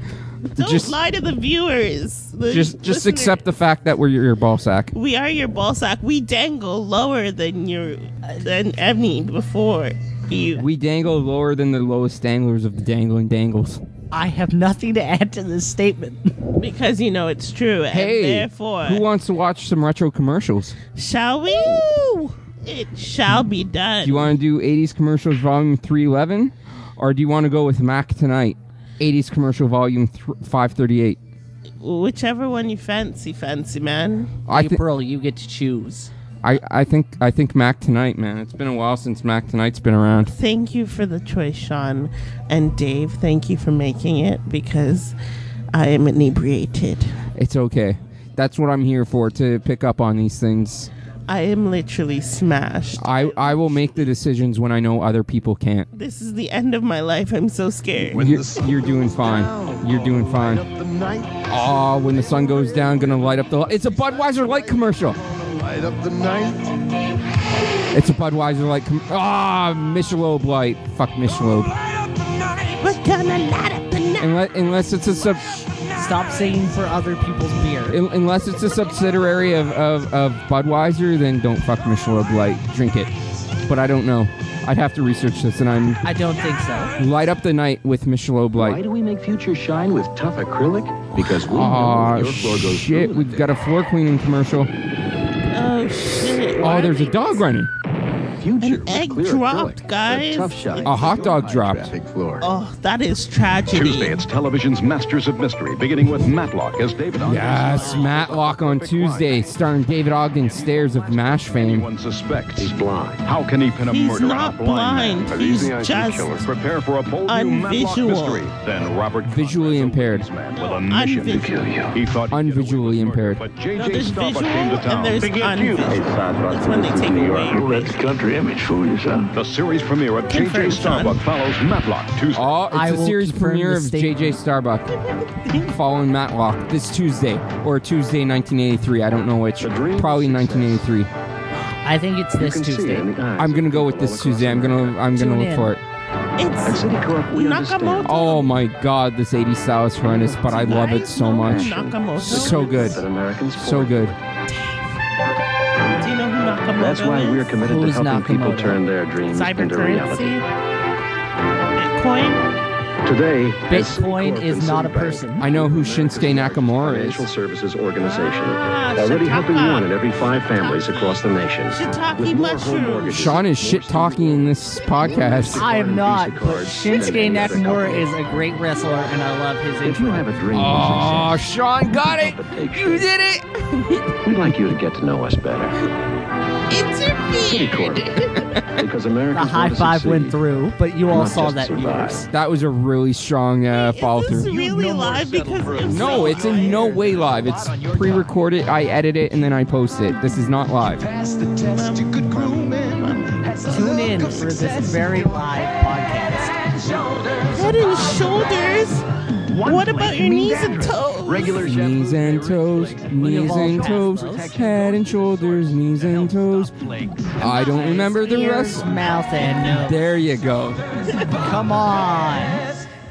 Speaker 2: Don't
Speaker 1: Just-
Speaker 2: lie to the viewers. The
Speaker 1: Just just
Speaker 2: listeners.
Speaker 1: accept the fact that we're your, your ball sack.
Speaker 2: We are your ball sack. We dangle lower than your than any before you.
Speaker 1: We dangle lower than the lowest danglers of the dangling dangles.
Speaker 3: I have nothing to add to this statement.
Speaker 2: because you know it's true.
Speaker 1: Hey,
Speaker 2: and therefore,
Speaker 1: who wants to watch some retro commercials?
Speaker 2: shall we? It shall be done.
Speaker 1: Do you want to do 80s commercials volume 311 or do you want to go with Mac tonight? 80s commercial volume thr 538.
Speaker 2: Whichever one you fancy, fancy man.
Speaker 1: I, thi-
Speaker 7: April, you get to choose.
Speaker 1: I I think I think Mac tonight, man. It's been a while since Mac tonight's been around.
Speaker 2: Thank you for the choice, Sean, and Dave. Thank you for making it because I am inebriated.
Speaker 1: It's okay. That's what I'm here for to pick up on these things.
Speaker 2: I am literally smashed.
Speaker 1: I I will make the decisions when I know other people can't.
Speaker 2: This is the end of my life. I'm so scared.
Speaker 1: You're, you're doing fine. You're doing fine. Ah, when the sun goes down, gonna light up the. It's a Budweiser light commercial.
Speaker 9: Light up the night.
Speaker 1: It's a Budweiser light. Com- ah, Michelob light. Fuck Michelob.
Speaker 2: We're gonna light up the night.
Speaker 1: Unless, unless it's a sub,
Speaker 3: Stop singing for other people's beer.
Speaker 1: un- unless it's a subsidiary of, of, of Budweiser, then don't fuck Michelob light. Drink it. But I don't know. I'd have to research this, and I'm
Speaker 3: I don't think so.
Speaker 1: light up the night with Michelob
Speaker 10: Why
Speaker 1: light.
Speaker 10: do we make Future shine with tough acrylic? Because we know
Speaker 1: Ah,
Speaker 10: when your floor goes
Speaker 1: shit.
Speaker 10: through
Speaker 1: We've got a floor cleaning commercial.
Speaker 2: Oh shit! Why
Speaker 1: Oh, there's
Speaker 2: are
Speaker 1: a
Speaker 2: we-
Speaker 1: dog running.
Speaker 10: the future
Speaker 2: An
Speaker 10: with
Speaker 2: egg
Speaker 10: clear
Speaker 2: dropped,
Speaker 10: acrylic.
Speaker 2: guys.
Speaker 10: A tough shine.
Speaker 1: A hot dog dropped.
Speaker 10: Traffic floor.
Speaker 2: Oh, that is tragedy.
Speaker 9: Tuesday, it's television's Masters of Mystery, beginning with Matlock as David Ogden.
Speaker 1: Yes, Matlock on Tuesday, starring David Ogden, Stairs of MASH fame.
Speaker 9: Anyone suspects.
Speaker 10: He's blind.
Speaker 9: How can he pin a
Speaker 2: He's
Speaker 9: murder on
Speaker 2: not
Speaker 9: a blind,
Speaker 2: blind.
Speaker 9: man?
Speaker 2: He's He's just just
Speaker 9: Prepare for a bold new Matlock
Speaker 2: unvisual.
Speaker 9: mystery. Then Robert Conrad's
Speaker 1: Visually
Speaker 9: a
Speaker 1: impaired.
Speaker 9: policeman With a mission to
Speaker 2: Unvisual.
Speaker 9: kill you. He thought he'd get away with
Speaker 1: Unvisually
Speaker 9: murder,
Speaker 1: impaired.
Speaker 9: But
Speaker 2: No,
Speaker 9: J.J.
Speaker 2: there's
Speaker 9: Stoppa
Speaker 2: visual
Speaker 9: came to
Speaker 2: and
Speaker 9: town.
Speaker 2: there's unvisual. That's when they take away.
Speaker 10: That's country image. Fool yourself.
Speaker 9: The series premiere of J.J.
Speaker 2: Confirmed, John.
Speaker 9: Starbuck follows Matlock Tuesday.
Speaker 1: Oh, it's
Speaker 3: I
Speaker 1: a
Speaker 3: will
Speaker 1: series
Speaker 3: confirm
Speaker 1: premiere
Speaker 3: the
Speaker 1: of
Speaker 3: statement.
Speaker 1: JJ Starbuck following Matlock this Tuesday or Tuesday 1983. I don't know which. Probably 1983.
Speaker 3: I think it's this Tuesday.
Speaker 1: I'm gonna go with this Tuesday. I'm gonna I'm gonna
Speaker 3: Tune
Speaker 1: look
Speaker 3: in.
Speaker 1: for it.
Speaker 2: It's Nakamoto.
Speaker 1: Oh my God, this 80s style is horrendous, but I love it so much.
Speaker 2: Nakamoto.
Speaker 1: So good,
Speaker 10: Americans.
Speaker 1: so good.
Speaker 2: Do you know who Nakamoto
Speaker 10: That's why we're committed
Speaker 3: Who's
Speaker 10: to helping people
Speaker 3: Nakamoto?
Speaker 10: turn their dreams
Speaker 2: is? cyber
Speaker 10: into reality.
Speaker 2: currency. Bitcoin.
Speaker 10: Today,
Speaker 3: Bitcoin is not a person.
Speaker 1: I know who Shinsuke Nakamura
Speaker 10: Financial
Speaker 1: is.
Speaker 10: Services Organization,
Speaker 2: Ah,
Speaker 10: already
Speaker 2: shiitake.
Speaker 10: helping one in every five families across the nation.
Speaker 2: Shiitake
Speaker 10: With more home
Speaker 2: mushrooms.
Speaker 10: mortgages,
Speaker 1: Sean is shit talking in this podcast.
Speaker 3: I am not,
Speaker 10: Visa
Speaker 3: but
Speaker 10: cards
Speaker 3: Shinsuke
Speaker 10: and any other
Speaker 3: Nakamura
Speaker 10: company.
Speaker 3: is a great wrestler, and I love his
Speaker 10: If you
Speaker 3: intro.
Speaker 10: have a dream
Speaker 1: Oh, Sean got it.
Speaker 10: of success,
Speaker 1: You did it.
Speaker 10: we'd like you to get to know us better.
Speaker 2: Interfered.
Speaker 10: Citicorp, because Americans
Speaker 3: The high
Speaker 10: want to
Speaker 3: five
Speaker 10: succeed,
Speaker 3: went through, but you all
Speaker 10: not
Speaker 3: saw
Speaker 10: just
Speaker 3: that,
Speaker 10: survive.
Speaker 3: viewers.
Speaker 1: That was a really strong uh, follow
Speaker 2: Is this
Speaker 1: through.
Speaker 2: really live? Because it was
Speaker 1: No,
Speaker 2: so
Speaker 1: it's in no way live. It's pre recorded. I edit it and then I post it. This is not live.
Speaker 2: live.
Speaker 3: Tune in for this very live podcast.
Speaker 2: Head and shoulders. What about your knees and toes?
Speaker 10: Regular
Speaker 1: Knees and toes, knees and toes, head and shoulders, knees and toes. I don't remember the
Speaker 3: Ears,
Speaker 1: rest.
Speaker 3: mouth, and nose.
Speaker 1: There you go.
Speaker 3: Come on.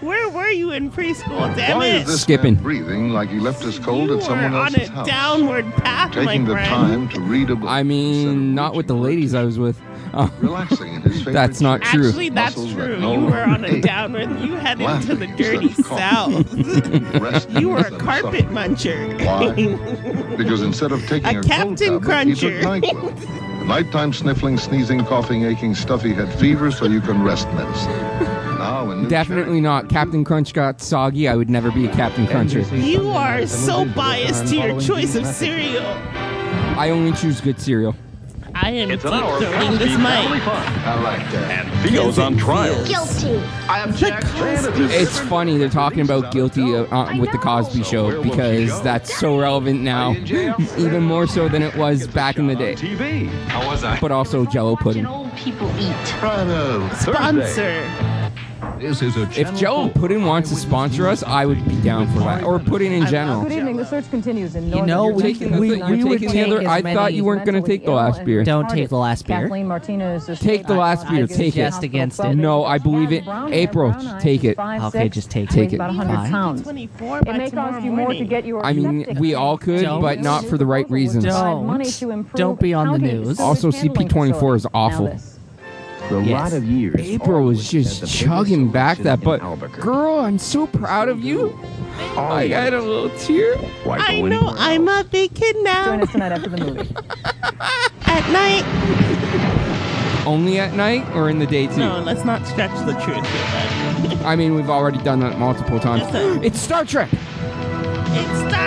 Speaker 2: Where were you in preschool? Damn
Speaker 9: Why is
Speaker 2: it!
Speaker 9: this
Speaker 1: Skipping.
Speaker 9: man breathing like he left his cold
Speaker 2: you
Speaker 9: at someone
Speaker 2: were on
Speaker 9: else's
Speaker 2: a
Speaker 9: house?
Speaker 2: downward path,
Speaker 9: Taking
Speaker 2: my
Speaker 9: the
Speaker 2: friend.
Speaker 9: time to read a book.
Speaker 1: I
Speaker 9: instead
Speaker 1: mean,
Speaker 9: of
Speaker 1: not with the
Speaker 9: reaching for a
Speaker 1: ladies I was with. Uh,
Speaker 9: relaxing in his favorite
Speaker 1: That's not
Speaker 9: chair.
Speaker 1: True.
Speaker 2: Actually, that's
Speaker 9: Muscles that
Speaker 2: true.
Speaker 9: no
Speaker 2: You were on a
Speaker 9: longer
Speaker 2: downward. You headed
Speaker 9: Laughing
Speaker 2: to the
Speaker 9: instead
Speaker 2: dirty
Speaker 9: of coughing.
Speaker 2: south.
Speaker 9: Rest
Speaker 2: You were
Speaker 9: instead
Speaker 2: a
Speaker 9: of
Speaker 2: carpet
Speaker 9: suffering.
Speaker 2: muncher.
Speaker 9: Why? Because instead of taking
Speaker 2: A
Speaker 9: a, cold
Speaker 2: Captain
Speaker 9: tablet,
Speaker 2: Cruncher.
Speaker 9: he took NyQuil. The nighttime sniffling, sneezing, coughing, aching, stuffy head fever, so you can rest medicine. Now in new
Speaker 1: definitely
Speaker 9: cherry-
Speaker 1: not. Captain Crunch got soggy. I would never be a Captain Cruncher.
Speaker 2: You are so biased to your choice of cereal.
Speaker 1: I only choose good cereal.
Speaker 2: I am deep
Speaker 10: It's an hour of
Speaker 2: throwing this
Speaker 10: Goofy Family
Speaker 2: mic.
Speaker 10: Fun.
Speaker 9: I like that.
Speaker 10: And Theo's on trial.
Speaker 5: Guilty.
Speaker 10: I object.
Speaker 1: It's funny they're talking about guilty uh, uh, with the Cosby Show because that's so relevant now, even more so than it was back in the day.
Speaker 10: TV. How was I?
Speaker 1: But also Jello pudding.
Speaker 6: old people eat.
Speaker 2: Sponsor.
Speaker 10: This is a
Speaker 1: If Jello pudding wants to sponsor us, I would be down for that, or pudding in general.
Speaker 11: Good evening. The search continues in
Speaker 3: You
Speaker 11: Northern
Speaker 3: know,
Speaker 11: New
Speaker 1: You're
Speaker 3: we-
Speaker 11: Jersey.
Speaker 1: taking the,
Speaker 3: we-
Speaker 1: thing- you're
Speaker 3: we would
Speaker 1: taking the other.
Speaker 3: take
Speaker 1: I
Speaker 3: as
Speaker 1: thought you
Speaker 3: many
Speaker 1: weren't going to
Speaker 11: mentally
Speaker 1: take the
Speaker 11: ill
Speaker 1: last
Speaker 11: and
Speaker 1: beer.
Speaker 3: Don't take the last beer.
Speaker 11: Kathleen Martinez is
Speaker 1: Take the last beer, take it.
Speaker 3: Just against it.
Speaker 1: No, I believe it. April, take it.
Speaker 3: Okay, just take
Speaker 1: Take
Speaker 11: it. About
Speaker 1: it.
Speaker 11: 100
Speaker 3: Fine.
Speaker 11: pounds. It
Speaker 2: 24 by
Speaker 11: may
Speaker 2: tomorrow
Speaker 11: cost you more to
Speaker 2: morning.
Speaker 11: get your.
Speaker 1: I mean,
Speaker 11: septic
Speaker 1: we all could,
Speaker 3: Don't.
Speaker 1: but not for the right reasons.
Speaker 3: Don't.
Speaker 11: Money to improve
Speaker 3: Don't be on the
Speaker 11: county
Speaker 3: news.
Speaker 11: sewage
Speaker 1: Also,
Speaker 11: handling
Speaker 1: CP24 is
Speaker 11: facilities.
Speaker 1: awful.
Speaker 11: Now this.
Speaker 10: For a
Speaker 3: Yes.
Speaker 10: lot of years,
Speaker 1: April was
Speaker 10: Arwood had the
Speaker 1: just
Speaker 10: biggest
Speaker 1: chugging back
Speaker 10: selection
Speaker 1: that
Speaker 10: in
Speaker 1: butt.
Speaker 10: Albuquerque. Oh,
Speaker 1: Girl, I'm so proud of you. I got a little tear.
Speaker 2: I
Speaker 10: Why go
Speaker 2: know.
Speaker 10: anywhere
Speaker 2: Oh, I'm
Speaker 10: else?
Speaker 2: a big kid
Speaker 11: Join
Speaker 2: now.
Speaker 11: us tonight after the movie.
Speaker 2: At night.
Speaker 1: Only at night or in the day too?
Speaker 2: No, let's not stretch the truth. here, bud.
Speaker 1: I mean, we've already done that multiple times.
Speaker 2: Listen.
Speaker 1: It's Star Trek,
Speaker 2: It's Star.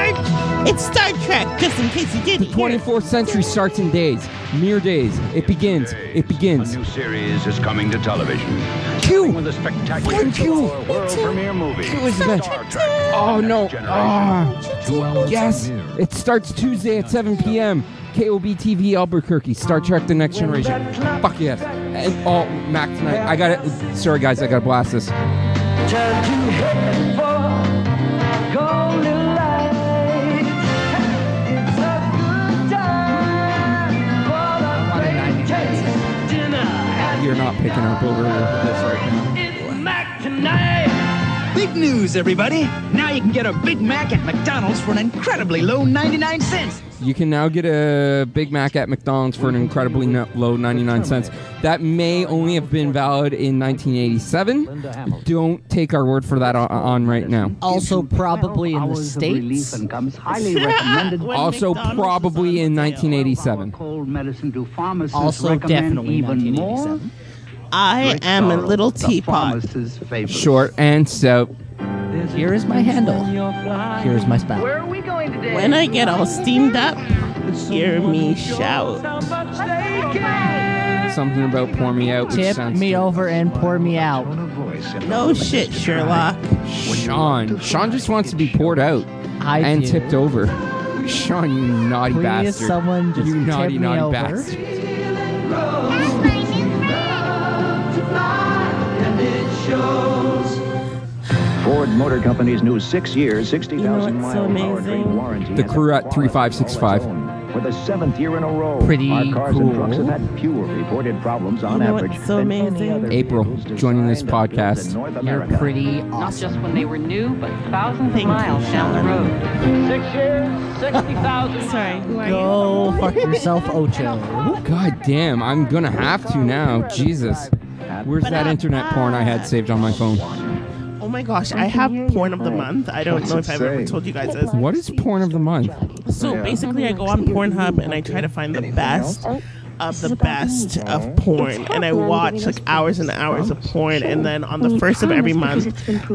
Speaker 2: It's Star Trek. Just in case you
Speaker 1: the
Speaker 2: didn't. hear it.
Speaker 1: 24th century starts in days, mere days. It begins. It begins.
Speaker 10: A new series is coming to television.
Speaker 1: Q.
Speaker 10: With a spectacular
Speaker 1: Fuck you.
Speaker 10: two-hour world premiere movie.
Speaker 1: Q is the best.
Speaker 10: Star Trek.
Speaker 1: Oh
Speaker 10: The
Speaker 1: no!
Speaker 10: Next Generation.
Speaker 1: Ah, yes, it starts Tuesday at 7 p.m. KOB TV Albuquerque. Star Trek: The Next Generation. Fuck yes! And oh, Mac tonight. I got to Sorry guys, I got to blast this. You're not picking up over this right now.
Speaker 8: Big news, everybody! Now you can get a Big Mac at McDonald's for an incredibly low 99 cents.
Speaker 1: You can now get a Big Mac at McDonald's for an incredibly no- low 99 cents. That may only have been valid in 1987. Don't take our word for that on, on right now.
Speaker 3: Also, probably in the
Speaker 8: Hours of relief
Speaker 3: States.
Speaker 8: and comes highly recommended.
Speaker 2: When
Speaker 1: Also,
Speaker 2: McDonald's is
Speaker 1: probably
Speaker 2: on
Speaker 1: in
Speaker 2: sale.
Speaker 1: 1987.
Speaker 8: Cold medicine. Do pharmacists
Speaker 3: Also,
Speaker 8: recommend
Speaker 3: definitely
Speaker 8: even more?
Speaker 3: 1987.
Speaker 2: I am a little teapot.
Speaker 1: Short and so.
Speaker 3: Here is my handle. Here is my spout.
Speaker 6: Where are we going today?
Speaker 2: When I get all steamed up, hear me shout.
Speaker 1: Something about pour me out. which
Speaker 3: Tip
Speaker 1: sounds-
Speaker 3: me over and pour me out.
Speaker 2: No shit, Sherlock.
Speaker 1: Sean. Sean just wants to be poured out
Speaker 3: I
Speaker 1: and
Speaker 3: do.
Speaker 1: tipped over. Sean, you naughty
Speaker 3: Please,
Speaker 1: bastard.
Speaker 3: someone just
Speaker 1: you
Speaker 3: tip
Speaker 1: naughty,
Speaker 3: me
Speaker 1: naughty
Speaker 3: over.
Speaker 1: bastard.
Speaker 5: That's my new friend.
Speaker 10: Ford Motor Company's new six-year,
Speaker 2: You
Speaker 10: 60,000
Speaker 2: know what's so
Speaker 10: mile
Speaker 2: amazing?
Speaker 10: powertrain warranty.
Speaker 1: The
Speaker 10: and
Speaker 1: crew at
Speaker 10: quality
Speaker 1: 3565.
Speaker 10: all its own. For the seventh year in a row,
Speaker 3: Pretty
Speaker 10: our cars
Speaker 3: cool.
Speaker 10: and trucks have had fewer reported problems on
Speaker 2: You know
Speaker 10: average
Speaker 2: what's so
Speaker 10: than any
Speaker 2: amazing?
Speaker 10: other
Speaker 1: April,
Speaker 10: vehicles
Speaker 1: joining this
Speaker 10: designed and built in
Speaker 1: podcast.
Speaker 10: North
Speaker 3: You're
Speaker 10: America.
Speaker 3: pretty
Speaker 12: Not
Speaker 3: awesome.
Speaker 12: just when they were new, but thousands
Speaker 2: Thank
Speaker 12: of
Speaker 2: you,
Speaker 12: miles down the road. Six years, 60,000
Speaker 2: Sorry, who are you?
Speaker 3: Go Oh, fuck yourself, Ocho.
Speaker 1: God damn, I'm gonna have to now. Jesus. Where's that internet porn I had saved on my phone?
Speaker 2: Oh my gosh, I have porn of the month. I don't know if I've ever told you guys this.
Speaker 1: What is porn of the month?
Speaker 2: So basically, I go on Pornhub and I try to find the best of the best of porn, and I watch like hours and hours of porn, and then on the first of every month,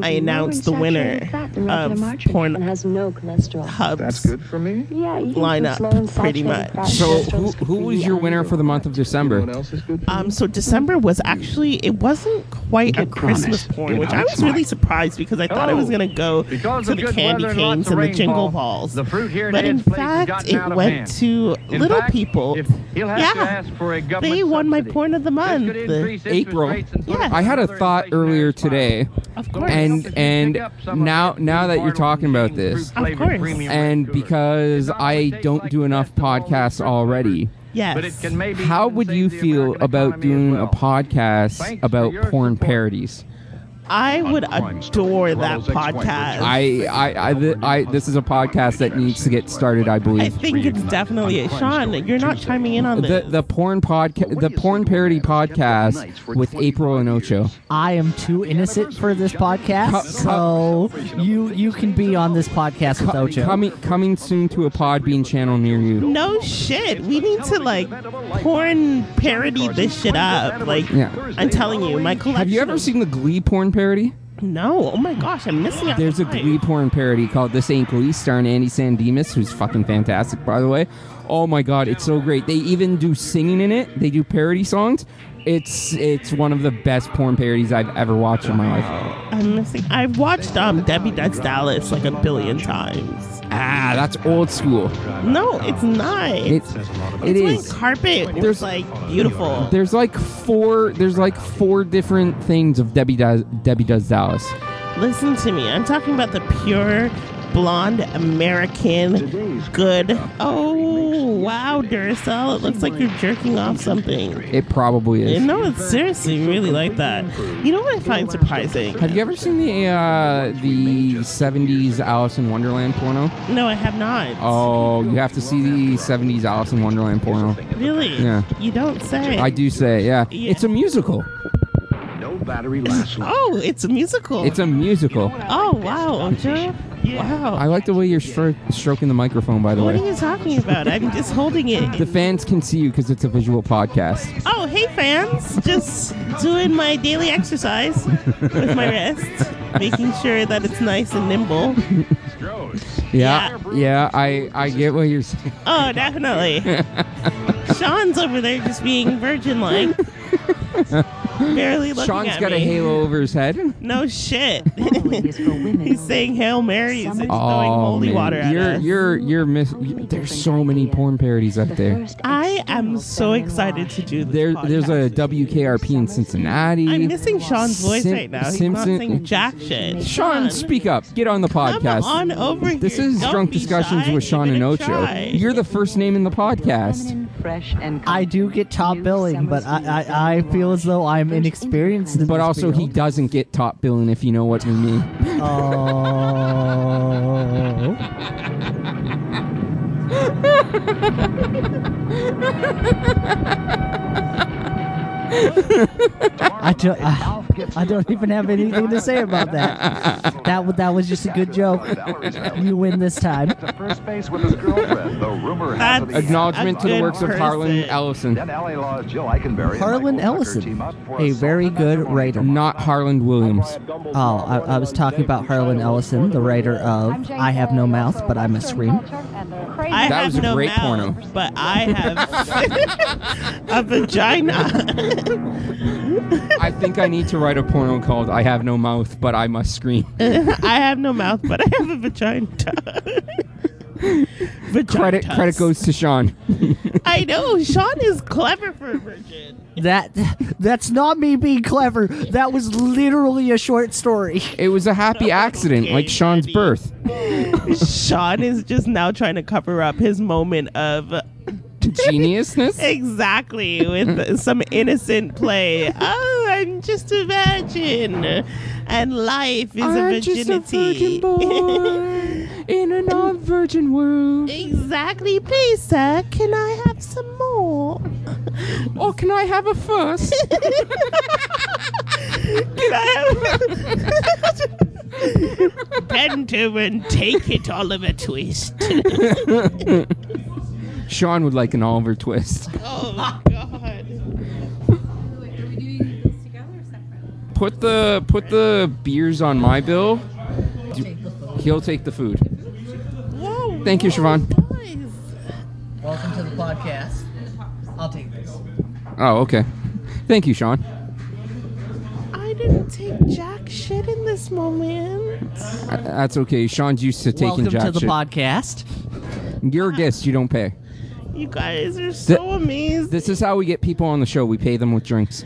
Speaker 2: I announce the winner of Pornhub
Speaker 6: no cholesterol.
Speaker 2: Hub's
Speaker 9: for me.
Speaker 6: Yeah, you
Speaker 2: lineup, pretty much.
Speaker 1: So who who was your winner for the month of December?
Speaker 9: else is good for
Speaker 2: Um, so December was actually it wasn't quite a Christmas porn, which I was really surprised because I thought it was gonna go
Speaker 10: Oh, Because
Speaker 2: to
Speaker 10: of
Speaker 2: the
Speaker 10: good
Speaker 2: candy
Speaker 10: weather and
Speaker 2: canes
Speaker 10: lots of
Speaker 2: and the jingle
Speaker 10: rainfall,
Speaker 2: balls.
Speaker 10: the fruit here in
Speaker 2: but in
Speaker 10: Ed's place has
Speaker 2: fact,
Speaker 10: gotten
Speaker 2: it
Speaker 10: out of
Speaker 2: went
Speaker 10: hand.
Speaker 2: to
Speaker 10: In
Speaker 2: little
Speaker 10: fact,
Speaker 2: people.
Speaker 10: if he'll have to
Speaker 2: Yeah,
Speaker 12: ask for a government
Speaker 2: They won my
Speaker 12: subsidy.
Speaker 2: porn of the month.
Speaker 12: could increase interest
Speaker 1: April.
Speaker 12: rates and put us
Speaker 1: I had a
Speaker 12: in another
Speaker 1: thought earlier today.
Speaker 2: Of
Speaker 12: course.
Speaker 1: And and now now that you're talking about this,
Speaker 2: Of course.
Speaker 1: and because I don't do enough podcasts already.
Speaker 2: Yes. But
Speaker 12: it can maybe
Speaker 1: How would you feel about doing a podcast about porn parodies?
Speaker 2: I would adore that podcast.
Speaker 1: I I I, th- I this is a podcast that needs to get started, I
Speaker 2: I
Speaker 1: believe.
Speaker 2: think it's definitely it. Sean, you're not chiming in on
Speaker 1: The
Speaker 2: this.
Speaker 1: the porn podcast the porn parody podcast with April and Ocho.
Speaker 3: I am too innocent for this podcast, so you you can be on this podcast with Ocho.
Speaker 1: Coming coming soon to a Podbean channel near you.
Speaker 2: No shit. We need to like porn parody this shit up. Like
Speaker 1: Yeah.
Speaker 2: I'm telling you, my collection.
Speaker 1: Have you ever seen the Glee porn parody?
Speaker 2: No. Oh my gosh, I'm missing out.
Speaker 1: There's a Glee porn parody called This Ain't Glee starring Andy Sandemus, who's fucking fantastic, by the way. Oh my god, it's so great. They even do singing in it. They do parody songs. It's it's one of the best porn parodies I've ever watched in my life.
Speaker 2: I'm missing. I've watched um Debbie Does Dallas like a billion times.
Speaker 1: Ah, that's old school.
Speaker 2: No, it's not.
Speaker 1: It's it
Speaker 2: It's when
Speaker 1: is.
Speaker 2: carpet was, like beautiful.
Speaker 1: There's like four there's like four different things of Debbie does Debbie does Dallas.
Speaker 2: Listen to me. I'm talking about the pure blonde American good. Oh wow, Duracell. It looks like you're jerking off something.
Speaker 1: It probably is.
Speaker 2: no, it's seriously really like that. You know what I find surprising?
Speaker 1: Have you ever seen the uh, the '70s Alice in Wonderland porno?
Speaker 2: No, I have not.
Speaker 1: Oh, you have to see the '70s Alice in Wonderland porno.
Speaker 2: Really?
Speaker 1: Yeah.
Speaker 2: You don't say.
Speaker 1: I do say, yeah. It's a musical.
Speaker 10: No battery lasts long.
Speaker 2: Oh, it's a musical.
Speaker 1: It's a musical.
Speaker 2: Oh wow, Ojo. Wow.
Speaker 1: I like the way you're stro- stroking the microphone, by the
Speaker 2: What are
Speaker 1: way.
Speaker 2: you talking about? I'm just holding it.
Speaker 1: The fans can see you because it's a visual podcast.
Speaker 2: Oh, hey fans! Just doing my daily exercise with my wrist, making sure that it's nice and nimble.
Speaker 1: Yeah, yeah. I I get what you're saying.
Speaker 2: Oh, definitely. Sean's over there just being virgin-like, barely looking
Speaker 1: Sean's
Speaker 2: at
Speaker 1: got
Speaker 2: me.
Speaker 1: a halo over his head.
Speaker 2: No shit. He's saying Hail Marys and he's throwing
Speaker 1: Oh,
Speaker 2: holy
Speaker 1: man.
Speaker 2: water at
Speaker 1: you're
Speaker 2: us.
Speaker 1: you're you're miss. There's so many porn parodies up there.
Speaker 2: I am so excited to do this.
Speaker 1: There, there's a WKRP in Cincinnati.
Speaker 2: I'm missing Sean's voice
Speaker 1: Sim-
Speaker 2: right now. He's
Speaker 1: Simpson-
Speaker 2: not saying jack shit.
Speaker 1: Sean, speak up. Get on the podcast.
Speaker 2: on over
Speaker 1: this
Speaker 2: here.
Speaker 1: is
Speaker 2: Don't
Speaker 1: Drunk
Speaker 2: be
Speaker 1: Discussions
Speaker 2: shy.
Speaker 1: with Sean
Speaker 2: Give
Speaker 1: and
Speaker 2: it a
Speaker 1: Ocho.
Speaker 2: try.
Speaker 1: You're the first name in the podcast.
Speaker 11: Fresh and
Speaker 3: I do get top billing, but I, I, I feel as though I'm inexperienced. In
Speaker 1: But
Speaker 3: this
Speaker 1: also, he
Speaker 3: field.
Speaker 1: doesn't get top billing if you know what we mean.
Speaker 3: Oh. I don't. I, I don't even have anything to say about that. That wa- that was just a good joke. You win this time.
Speaker 10: First base with his girlfriend. The rumor has it
Speaker 2: That's
Speaker 10: he had
Speaker 1: Acknowledgement
Speaker 10: a
Speaker 1: to the
Speaker 10: good
Speaker 1: works of
Speaker 10: person.
Speaker 1: Harlan Ellison.
Speaker 10: Then LA Law's Jill Eikenberry and
Speaker 3: Harlan
Speaker 10: Michael Tucker
Speaker 3: Ellison,
Speaker 10: team up for
Speaker 3: a very good writer.
Speaker 1: Not Harlan Williams.
Speaker 3: Oh, I, I was talking about Harlan Ellison, the writer of "I Have No Mouth, But I Must Scream."
Speaker 2: I
Speaker 1: That
Speaker 2: have
Speaker 1: was a
Speaker 2: no
Speaker 1: great
Speaker 2: mouth,
Speaker 1: porno.
Speaker 2: But I have a vagina.
Speaker 1: I think I need to write a porno called I Have No Mouth, But I Must Scream.
Speaker 2: I have no mouth, but I have a vagina. vagina
Speaker 1: Credit, credit goes to Sean.
Speaker 2: I know Sean is clever for a virgin.
Speaker 3: That that's not me being clever. That was literally a short story.
Speaker 1: It was a happy accident, like Sean's birth.
Speaker 2: Sean is just now trying to cover up his moment of
Speaker 1: Geniusness?
Speaker 2: exactly with some innocent play. Oh, I'm just a virgin, and life is a virginity.
Speaker 1: in a non-virgin world.
Speaker 2: exactly, please, sir. Can I have some
Speaker 1: Or
Speaker 2: more?
Speaker 1: Oh, can I have a first?
Speaker 2: Can I have? Bend over and take it, Oliver Twist.
Speaker 1: Sean would like an Oliver twist.
Speaker 2: Oh God.
Speaker 1: Put the put the beers on my bill. Do- He'll take the food.
Speaker 2: Whoa.
Speaker 1: Thank you, Siobhan.
Speaker 2: Guys.
Speaker 3: Welcome to the podcast. I'll take this.
Speaker 1: Oh, okay. Thank you, Sean.
Speaker 2: I didn't take jack shit in this moment.
Speaker 1: Uh, That's okay. Sean's used to taking
Speaker 3: Welcome
Speaker 1: jack
Speaker 3: to the
Speaker 1: shit.
Speaker 3: podcast.
Speaker 1: You're a guest. You don't pay.
Speaker 2: You guys are
Speaker 1: Th-
Speaker 2: so amazing.
Speaker 1: This is how we get people on the show. We pay them with drinks.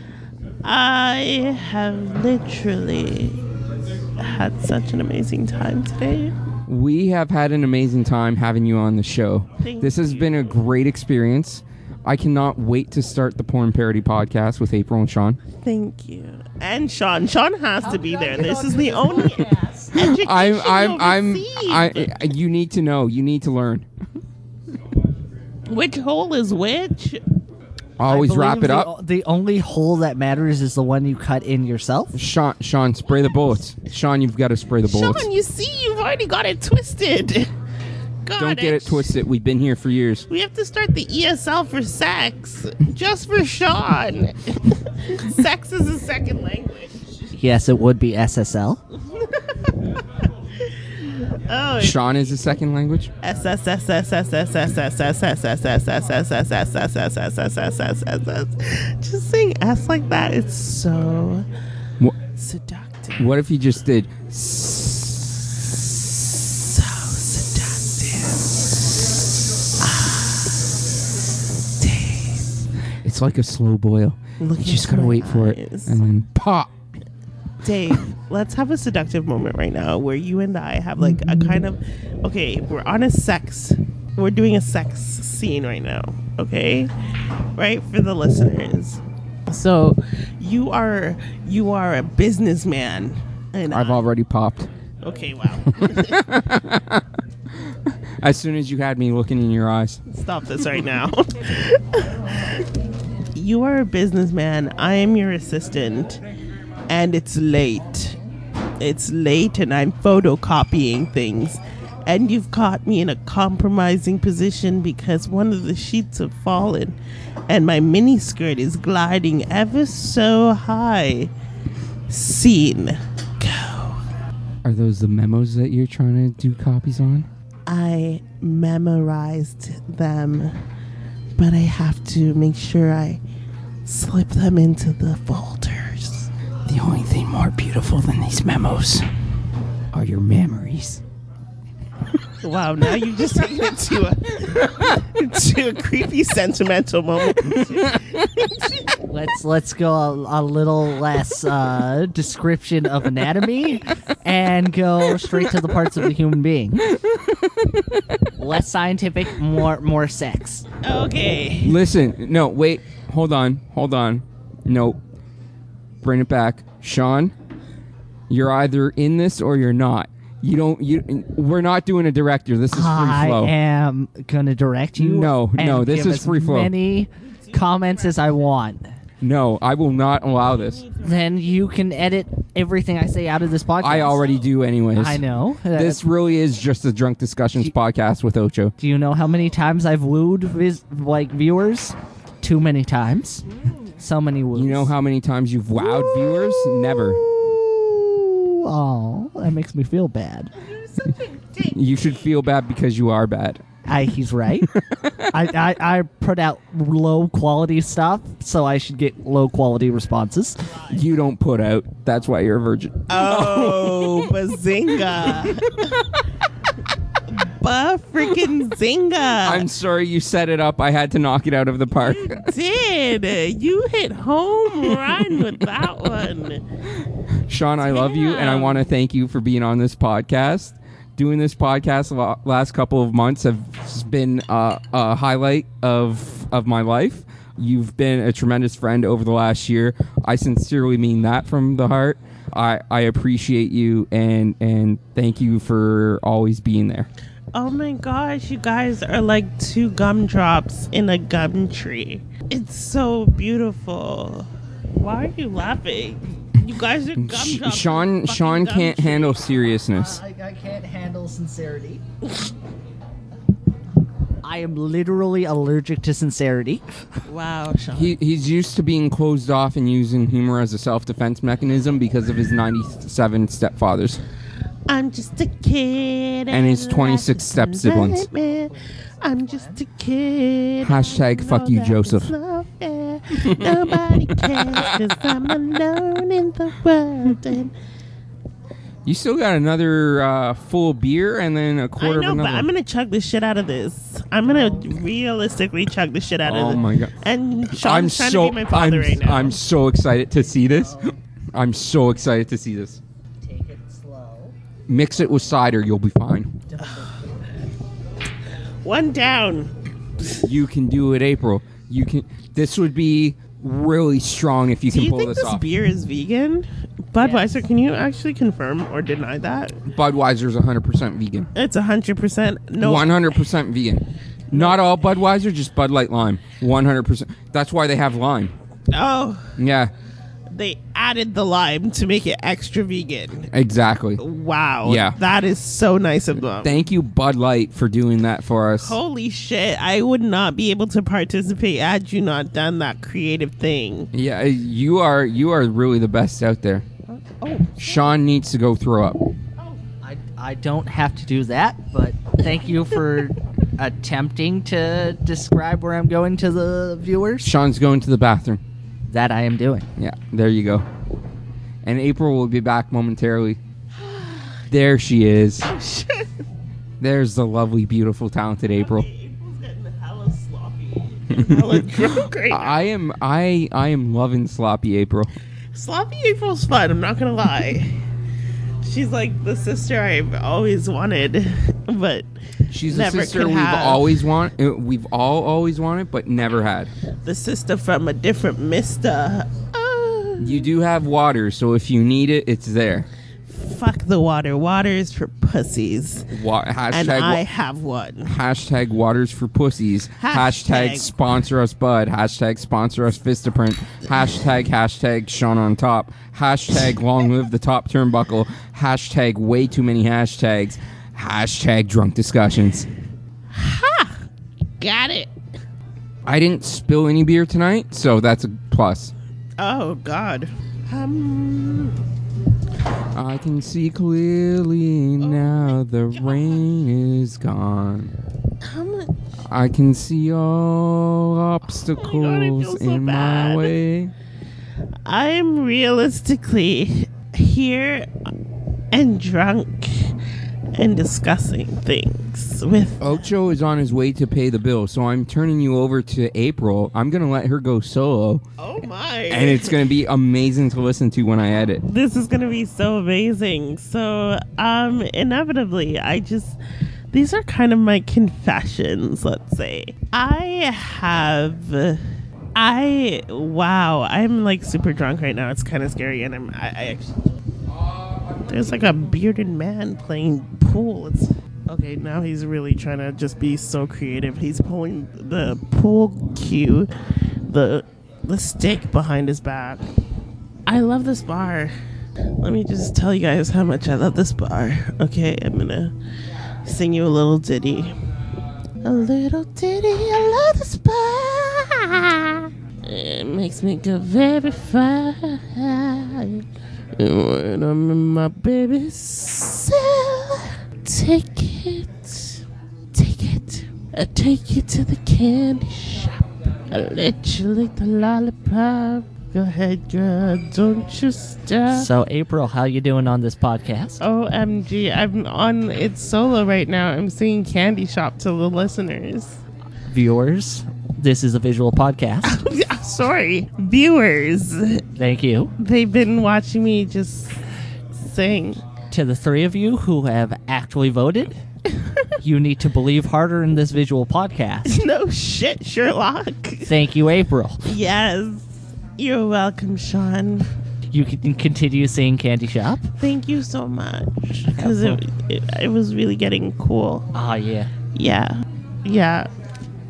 Speaker 2: I have literally had such an amazing time today.
Speaker 1: We have had an amazing time having you on the show.
Speaker 2: Thank
Speaker 1: this has been a great experience. I cannot wait to start the porn parody podcast with April and Sean.
Speaker 2: Thank you. And Sean. Sean has to be there. This is the only education
Speaker 1: I'm, I'm,
Speaker 2: you'll
Speaker 1: I'm,
Speaker 2: receive.
Speaker 1: I, you need to know. You need to learn.
Speaker 2: Which hole is which?
Speaker 1: I'll always
Speaker 3: I believe
Speaker 1: wrap it
Speaker 3: the-
Speaker 1: up.
Speaker 3: The only hole that matters is the one you cut in yourself.
Speaker 1: Sean, Sean, spray the bullets. Sean, you've got to spray the bullets.
Speaker 2: Sean, you see, you've already got it twisted. God,
Speaker 1: Don't get it twisted. We've been here for years.
Speaker 2: We have to start the ESL for sex, just for Sean. sex is a second language.
Speaker 3: Yes, it would be SSL.
Speaker 2: Oh, it's
Speaker 1: Sean is a second language.
Speaker 2: Just saying S like that, it's so
Speaker 1: Wha-
Speaker 2: seductive.
Speaker 1: What if you just did?
Speaker 2: So seductive.
Speaker 1: It's like a slow boil.
Speaker 2: Look
Speaker 1: you just
Speaker 2: into
Speaker 1: gotta
Speaker 2: my
Speaker 1: wait for it,
Speaker 2: eyes.
Speaker 1: and then pop.
Speaker 2: Dave, Dave, let's have a seductive moment right now where you and I have like a kind of okay, we're on a sex we're doing a sex scene right now, okay? Right for the listeners. So you are you are a businessman and
Speaker 1: I've already popped.
Speaker 2: okay, wow.
Speaker 1: As soon as you had me looking in your eyes,
Speaker 2: Stop this right now. you are a businessman. I am your assistant. And it's late. It's late, and I'm photocopying things. And you've caught me in a compromising position because one of the sheets have fallen, and my mini skirt is gliding ever so high. Scene.
Speaker 1: are those the memos that you're trying to do copies on?
Speaker 2: I memorized them, but I have to make sure I slip them into the folders.
Speaker 1: The only thing more beautiful than these memos are your memories.
Speaker 2: Wow, now you've just taken it to a to a creepy sentimental moment.
Speaker 3: Let's let's go a, a little less uh, description of anatomy and go straight to the parts of the human being. Less scientific, more more sex.
Speaker 2: Okay.
Speaker 1: Listen, no, wait, hold on, hold on. No, bring it back, Sean. You're either in this or you're not. You don't. You. We're not doing a director. This is free
Speaker 3: I
Speaker 1: flow.
Speaker 3: am gonna direct you.
Speaker 1: No,
Speaker 3: and
Speaker 1: no, this
Speaker 3: give
Speaker 1: is
Speaker 3: as
Speaker 1: free flow.
Speaker 3: Many comments as I want.
Speaker 1: no, I will not allow this.
Speaker 3: Then you can edit everything I say out of this podcast.
Speaker 1: I already do, anyways.
Speaker 3: I know. Uh,
Speaker 1: This really is just a drunk discussions podcast with Ocho.
Speaker 3: Do you know how many times I've wooed vis- like viewers? Too many times. So many woos.
Speaker 1: You know how many times you've wowed viewers? Never.
Speaker 3: Oh, that makes me feel bad.
Speaker 1: You should feel bad because you are bad.
Speaker 3: I, he's right. I, I, I put out low quality stuff, so I should get low quality responses.
Speaker 1: You don't put out. That's why you're a virgin.
Speaker 2: Oh, bazinga! ba freaking zinga!
Speaker 1: I'm sorry you set it up. I had to knock it out of the park.
Speaker 2: Mm. did you hit home run with that one?
Speaker 1: Sean, I love you, and I want to thank you for being on this podcast. Doing this podcast lo- last couple of months have been uh, a highlight of of my life. You've been a tremendous friend over the last year. I sincerely mean that from the heart. I, I appreciate you and and thank you for always being there.
Speaker 2: Oh my gosh, you guys are like two gumdrops in a gum tree. It's so beautiful. Why are you laughing? You guys are
Speaker 1: Sh-
Speaker 2: gumdrops.
Speaker 1: Sean Sean can't handle seriousness.
Speaker 3: I can't handle sincerity. I am literally allergic to sincerity.
Speaker 2: Wow, Sean.
Speaker 1: He, he's used to being closed off and using humor as a self defense mechanism because of his 97 stepfathers.
Speaker 2: I'm just a kid.
Speaker 1: And his
Speaker 2: I
Speaker 1: 26
Speaker 2: laugh at
Speaker 1: step-siblings.
Speaker 2: the nightmare. I'm just a kid.
Speaker 1: Hashtag
Speaker 2: I
Speaker 1: fuck
Speaker 2: know
Speaker 1: you,
Speaker 2: that
Speaker 1: Joseph.
Speaker 2: it's not fair. Nobody cares because I'm alone in the world. And
Speaker 1: You still got another uh, full beer and then a
Speaker 2: I
Speaker 1: quarter
Speaker 2: know,
Speaker 1: of
Speaker 2: but
Speaker 1: another.
Speaker 2: I'm gonna chug the shit out of this. I'm gonna realistically chug the shit out
Speaker 1: Oh
Speaker 2: of this.
Speaker 1: my God.
Speaker 2: And Sean's
Speaker 1: I'm
Speaker 2: trying
Speaker 1: so
Speaker 2: to be my father
Speaker 1: I'm,
Speaker 2: right now.
Speaker 1: I'm so excited to see this. I'm so excited to see this.
Speaker 13: Take it slow.
Speaker 1: Mix it with cider, you'll be fine.
Speaker 2: One down.
Speaker 1: You can do it, April. You can. This would be really strong if you
Speaker 2: Do
Speaker 1: can
Speaker 2: you
Speaker 1: pull
Speaker 2: think
Speaker 1: this,
Speaker 2: this
Speaker 1: off.
Speaker 2: beer is vegan? Budweiser, can you actually confirm or deny that?
Speaker 1: Budweiser's 100% vegan.
Speaker 2: It's hundred percent no.
Speaker 1: 100% vegan. Not all Budweiser, just Bud Light Lime. 100%. That's why they have lime.
Speaker 2: Oh,
Speaker 1: Yeah,
Speaker 2: they added the lime to make it extra vegan.
Speaker 1: exactly.
Speaker 2: Wow.
Speaker 1: Yeah.
Speaker 2: That is so nice of them.
Speaker 1: Thank you, Bud Light, for doing that for us.
Speaker 2: Holy shit! I would not be able to participate had you not done that creative thing.
Speaker 1: Yeah, uh, you are you are really the best out there.
Speaker 2: Oh.
Speaker 1: Sean needs to go throw up.
Speaker 7: I, I don't have to do that, but thank you for attempting to describe where I'm going to the viewers.
Speaker 1: Sean's going to the bathroom.
Speaker 7: That I am doing.
Speaker 1: Yeah, there you go. And April will be back momentarily. There she is.
Speaker 2: Oh, shit.
Speaker 1: There's the lovely, beautiful, talented April.
Speaker 2: Hella drunk right now.
Speaker 1: I am I I am loving sloppy April.
Speaker 2: Sloppy April's fun. I'm not gonna lie. She's like the sister I've always wanted, but
Speaker 1: She's
Speaker 2: never
Speaker 1: a sister
Speaker 2: could
Speaker 1: we've
Speaker 2: have.
Speaker 1: always want uh, we've all always wanted but never had.
Speaker 2: the sister from a different Mister. Uh,
Speaker 1: You do have water, so if you need it, it's there.
Speaker 2: Fuck the water. Water is for pussies,
Speaker 1: Wa- hashtag
Speaker 2: and
Speaker 1: wa-
Speaker 2: I have one.
Speaker 1: Hashtag waters for pussies. Hashtag,
Speaker 2: Hashtag.
Speaker 1: sponsor us bud. Hashtag sponsor us Vistaprint. Hashtag hashtag Sean on top. Hashtag long live the top turnbuckle. Hashtag way too many hashtags. Hashtag drunk discussions.
Speaker 2: Got it.
Speaker 1: I didn't spill any beer tonight, so that's a plus.
Speaker 2: Oh God. Um,
Speaker 1: I can see clearly
Speaker 2: Oh
Speaker 1: now the rain is gone.
Speaker 2: how much?
Speaker 1: I can see all
Speaker 2: Oh
Speaker 1: obstacles in my
Speaker 2: bad.
Speaker 1: way.
Speaker 2: I'm realistically here and drunk and discussing things with.
Speaker 1: Ocho is on his way to pay the bill, so I'm turning you over to April. I'm gonna let her go solo,
Speaker 2: Oh my!
Speaker 1: and it's gonna be amazing to listen to when I edit.
Speaker 2: this is gonna be so amazing. So, um, inevitably, I just these are kind of my confessions. Let's say I have, I wow, I'm like super drunk right now. It's kind of scary, and I'm I, I actually there's like a bearded man playing pool. It's okay now. He's really trying to just be so creative. He's pulling the pool cue, the the stick behind his back. I love this bar. Let me just tell you guys how much I love this bar. Okay, I'm gonna sing you a little ditty. A little ditty, I love this bar. It makes me go very fine. And when I'm in my baby's cell, take it, take it. I take you to the candy shop. I let you lick the lollipop. Go ahead, girl, don't you stop.
Speaker 3: So, April, how you doing on this podcast?
Speaker 2: OMG, I'm on it's solo right now. I'm singing Candy Shop to the listeners.
Speaker 3: Viewers, this is a visual podcast.
Speaker 2: Sorry, viewers.
Speaker 3: Thank you.
Speaker 2: They've been watching me just sing.
Speaker 3: To the three of you who have actually voted, you need to believe harder in this visual podcast.
Speaker 2: No shit, Sherlock.
Speaker 3: Thank you, April.
Speaker 2: Yes. You're welcome, Sean.
Speaker 3: You can continue seeing Candy Shop.
Speaker 2: Thank you so much. Because it, it, it was really getting cool.
Speaker 3: Ah, yeah.
Speaker 2: Yeah. Yeah.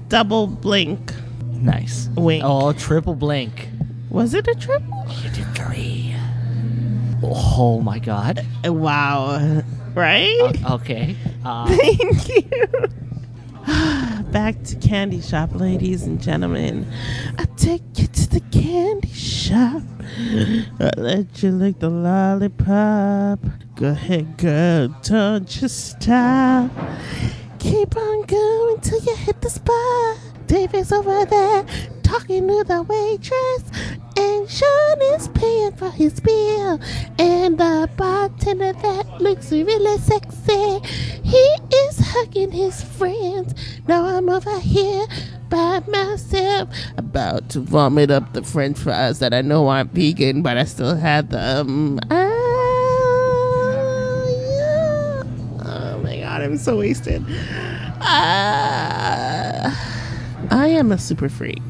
Speaker 2: Double blink.
Speaker 3: Nice.
Speaker 2: Wink.
Speaker 3: Oh, triple blink.
Speaker 2: Was it a triple?
Speaker 3: You did three. Oh my god.
Speaker 2: Wow. Right?
Speaker 3: Okay. Uh,
Speaker 2: Thank you. Back to candy shop, ladies and gentlemen. I take you to the candy shop. I let you lick the lollipop. Go ahead, girl, don't you stop. Keep on going till you hit the spot. David's over there talking to the waitress, and
Speaker 14: Sean is paying for his bill, and the bartender that looks really sexy, he is hugging his friends. Now I'm over here by myself.
Speaker 2: About to vomit up the french fries that I know aren't vegan, but I still had them. Ah, yeah. Oh my god, I'm so wasted. Ah, I am a super freak.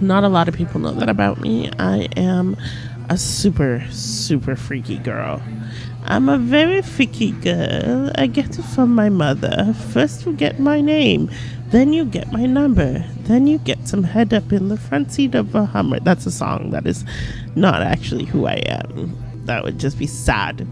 Speaker 2: Not a lot of people know that about me. I am a super, super freaky girl. I'm a very freaky girl. I get it from my mother. First, you get my name, then, you get my number, then, you get some head up in the front seat of a Hummer. That's a song that is not actually who I am. That would just be sad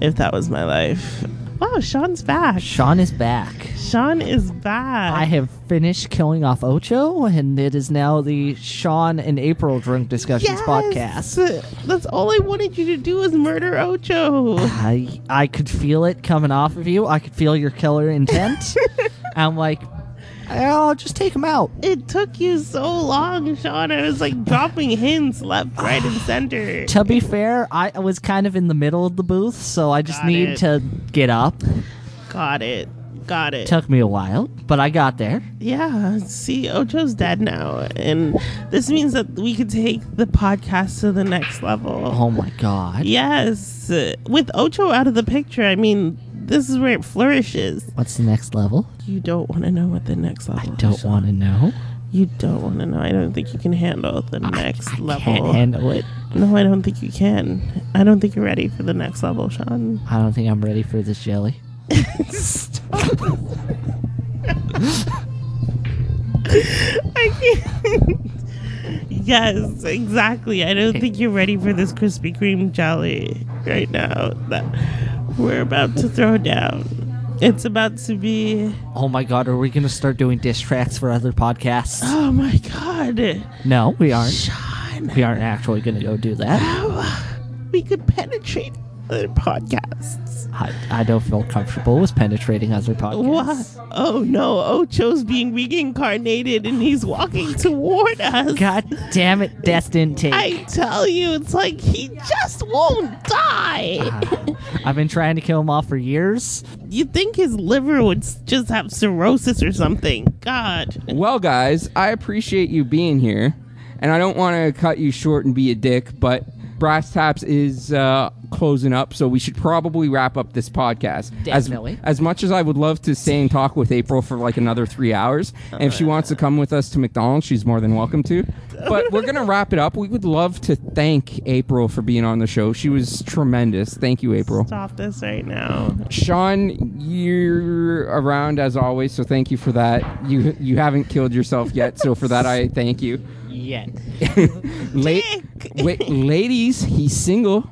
Speaker 2: if that was my life. Wow, Sean's back.
Speaker 3: Sean is back.
Speaker 2: Sean is back.
Speaker 3: I have finished killing off Ocho, and it is now the Sean and April Drunk Discussions podcast.
Speaker 2: That's all I wanted you to do was murder Ocho.
Speaker 3: I I could feel it coming off of you. I could feel your killer intent. I'm like, I'll just take him out.
Speaker 2: It took you so long, Sean. I was like dropping hints left, right, and center.
Speaker 3: to be fair, I was kind of in the middle of the booth, so I just
Speaker 2: Got
Speaker 3: need
Speaker 2: it.
Speaker 3: to get up.
Speaker 2: Got it. Got it.
Speaker 3: Took me a while, but I got there.
Speaker 2: Yeah, see, Ocho's dead now, and this means that we could take the podcast to the next level.
Speaker 3: Oh my god.
Speaker 2: Yes, uh, with Ocho out of the picture, I mean, this is where it flourishes.
Speaker 3: What's the next level?
Speaker 2: You don't want to know what the next level. I
Speaker 3: Don't want to know.
Speaker 2: You don't want to know. I don't think you can handle the next level.
Speaker 3: Can't handle it.
Speaker 2: No, I don't think you can. I don't think you're ready for the next level, Sean.
Speaker 3: I don't think I'm ready for this jelly.
Speaker 2: I can't. yes, exactly. I don't think you're ready for this Krispy Kreme jelly right now that we're about to throw down. It's about to be.
Speaker 3: Oh my god, are we gonna start doing diss tracks for other podcasts?
Speaker 2: Oh my god.
Speaker 3: No, we aren't. We aren't actually gonna go do that.
Speaker 2: We could penetrate other podcasts.
Speaker 3: I, I don't feel comfortable with penetrating other podcasts.
Speaker 2: What? Oh no, Ocho's being reincarnated and he's walking toward us.
Speaker 3: God damn it, Destin Take.
Speaker 2: I tell you, it's like he just won't die.
Speaker 3: I've been trying to kill him off for years.
Speaker 2: You'd think his liver would s- just have cirrhosis or something. God.
Speaker 1: Well, guys, I appreciate you being here, and I don't want to cut you short and be a dick, but Brass Taps is uh, closing up, so we should probably wrap up this podcast. As-
Speaker 3: Definitely.
Speaker 1: As, much as I would love to stay and talk with April for like another three hours, and if she wants to come with us to McDonald's, she's more than welcome to. But we're gonna wrap it up. We would love to thank April for being on the show. She was tremendous. Thank you, April.
Speaker 2: Stop this right now.
Speaker 1: Sean, you're around as always, so thank you for that. You you haven't killed yourself yet, so for that I thank you.
Speaker 3: Yet.
Speaker 1: La- wait, ladies, he's single.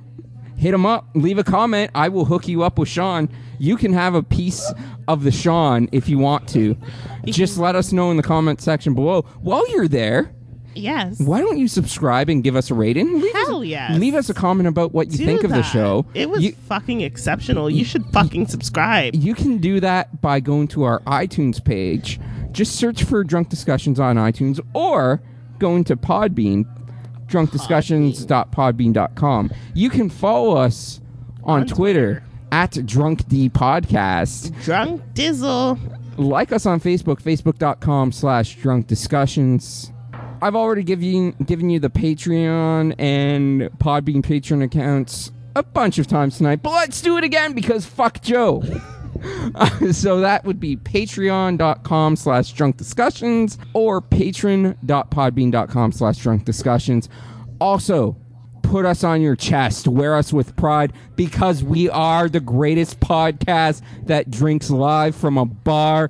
Speaker 1: Hit him up. Leave a comment. I will hook you up with Sean. You can have a piece of the Sean if you want to. Just let us know in the comment section below. While you're there,
Speaker 2: Yes.
Speaker 1: why don't you subscribe and give us a rating? Leave,
Speaker 2: Hell yes.
Speaker 1: leave us a comment about what you
Speaker 2: Do
Speaker 1: think of the
Speaker 2: that.
Speaker 1: show.
Speaker 2: It was
Speaker 1: You-
Speaker 2: fucking exceptional. You should fucking subscribe.
Speaker 1: You can do that by going to our iTunes page. Just search for Drunk Discussions on iTunes or going to Podbean, drunkdiscussions.podbean.com. You can follow us on, Twitter, at Drunk D Podcast.
Speaker 2: Drunk Dizzle.
Speaker 1: Like us on Facebook, facebook.com slash drunk discussions. I've already given given you the Patreon and Podbean Patreon accounts a bunch of times tonight, but let's do it again because fuck Joe. so that would be patreon.com slash drunk discussions or patron.podbean.com slash drunk discussions. Also, put us on your chest, wear us with pride because we are the greatest podcast that drinks live from a bar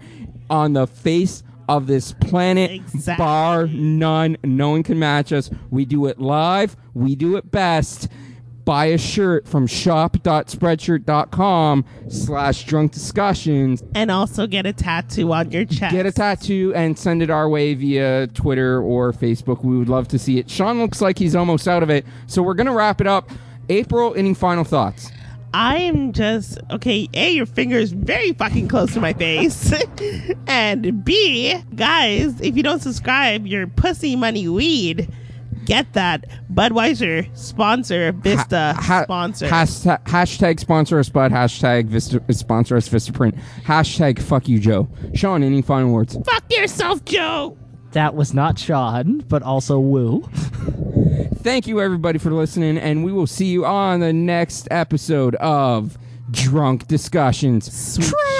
Speaker 1: on the face of this planet. Bar none. No one can match us. We do it live, we do it best buy a shirt from shop.spreadshirt.com slash drunk discussions
Speaker 2: And also get a tattoo on your chest.
Speaker 1: get a tattoo and send it our way via twitter or facebook we would love to see it sean looks like he's almost out of it so we're gonna wrap it up april any final thoughts
Speaker 2: I am just okay. A, your finger is very fucking close to my face, and B, guys, if you don't subscribe, your pussy money weed Get that Budweiser sponsor, Vista sponsor.
Speaker 1: Hashtag, hashtag sponsor us, Bud. Hashtag Vista, sponsor us, Vistaprint. Hashtag fuck you, Joe. Sean, any final words?
Speaker 2: Fuck yourself, Joe.
Speaker 3: That was not Sean, but also Woo.
Speaker 1: Thank you, everybody, for listening, and we will see you on the next episode of Drunk Discussions. Trash!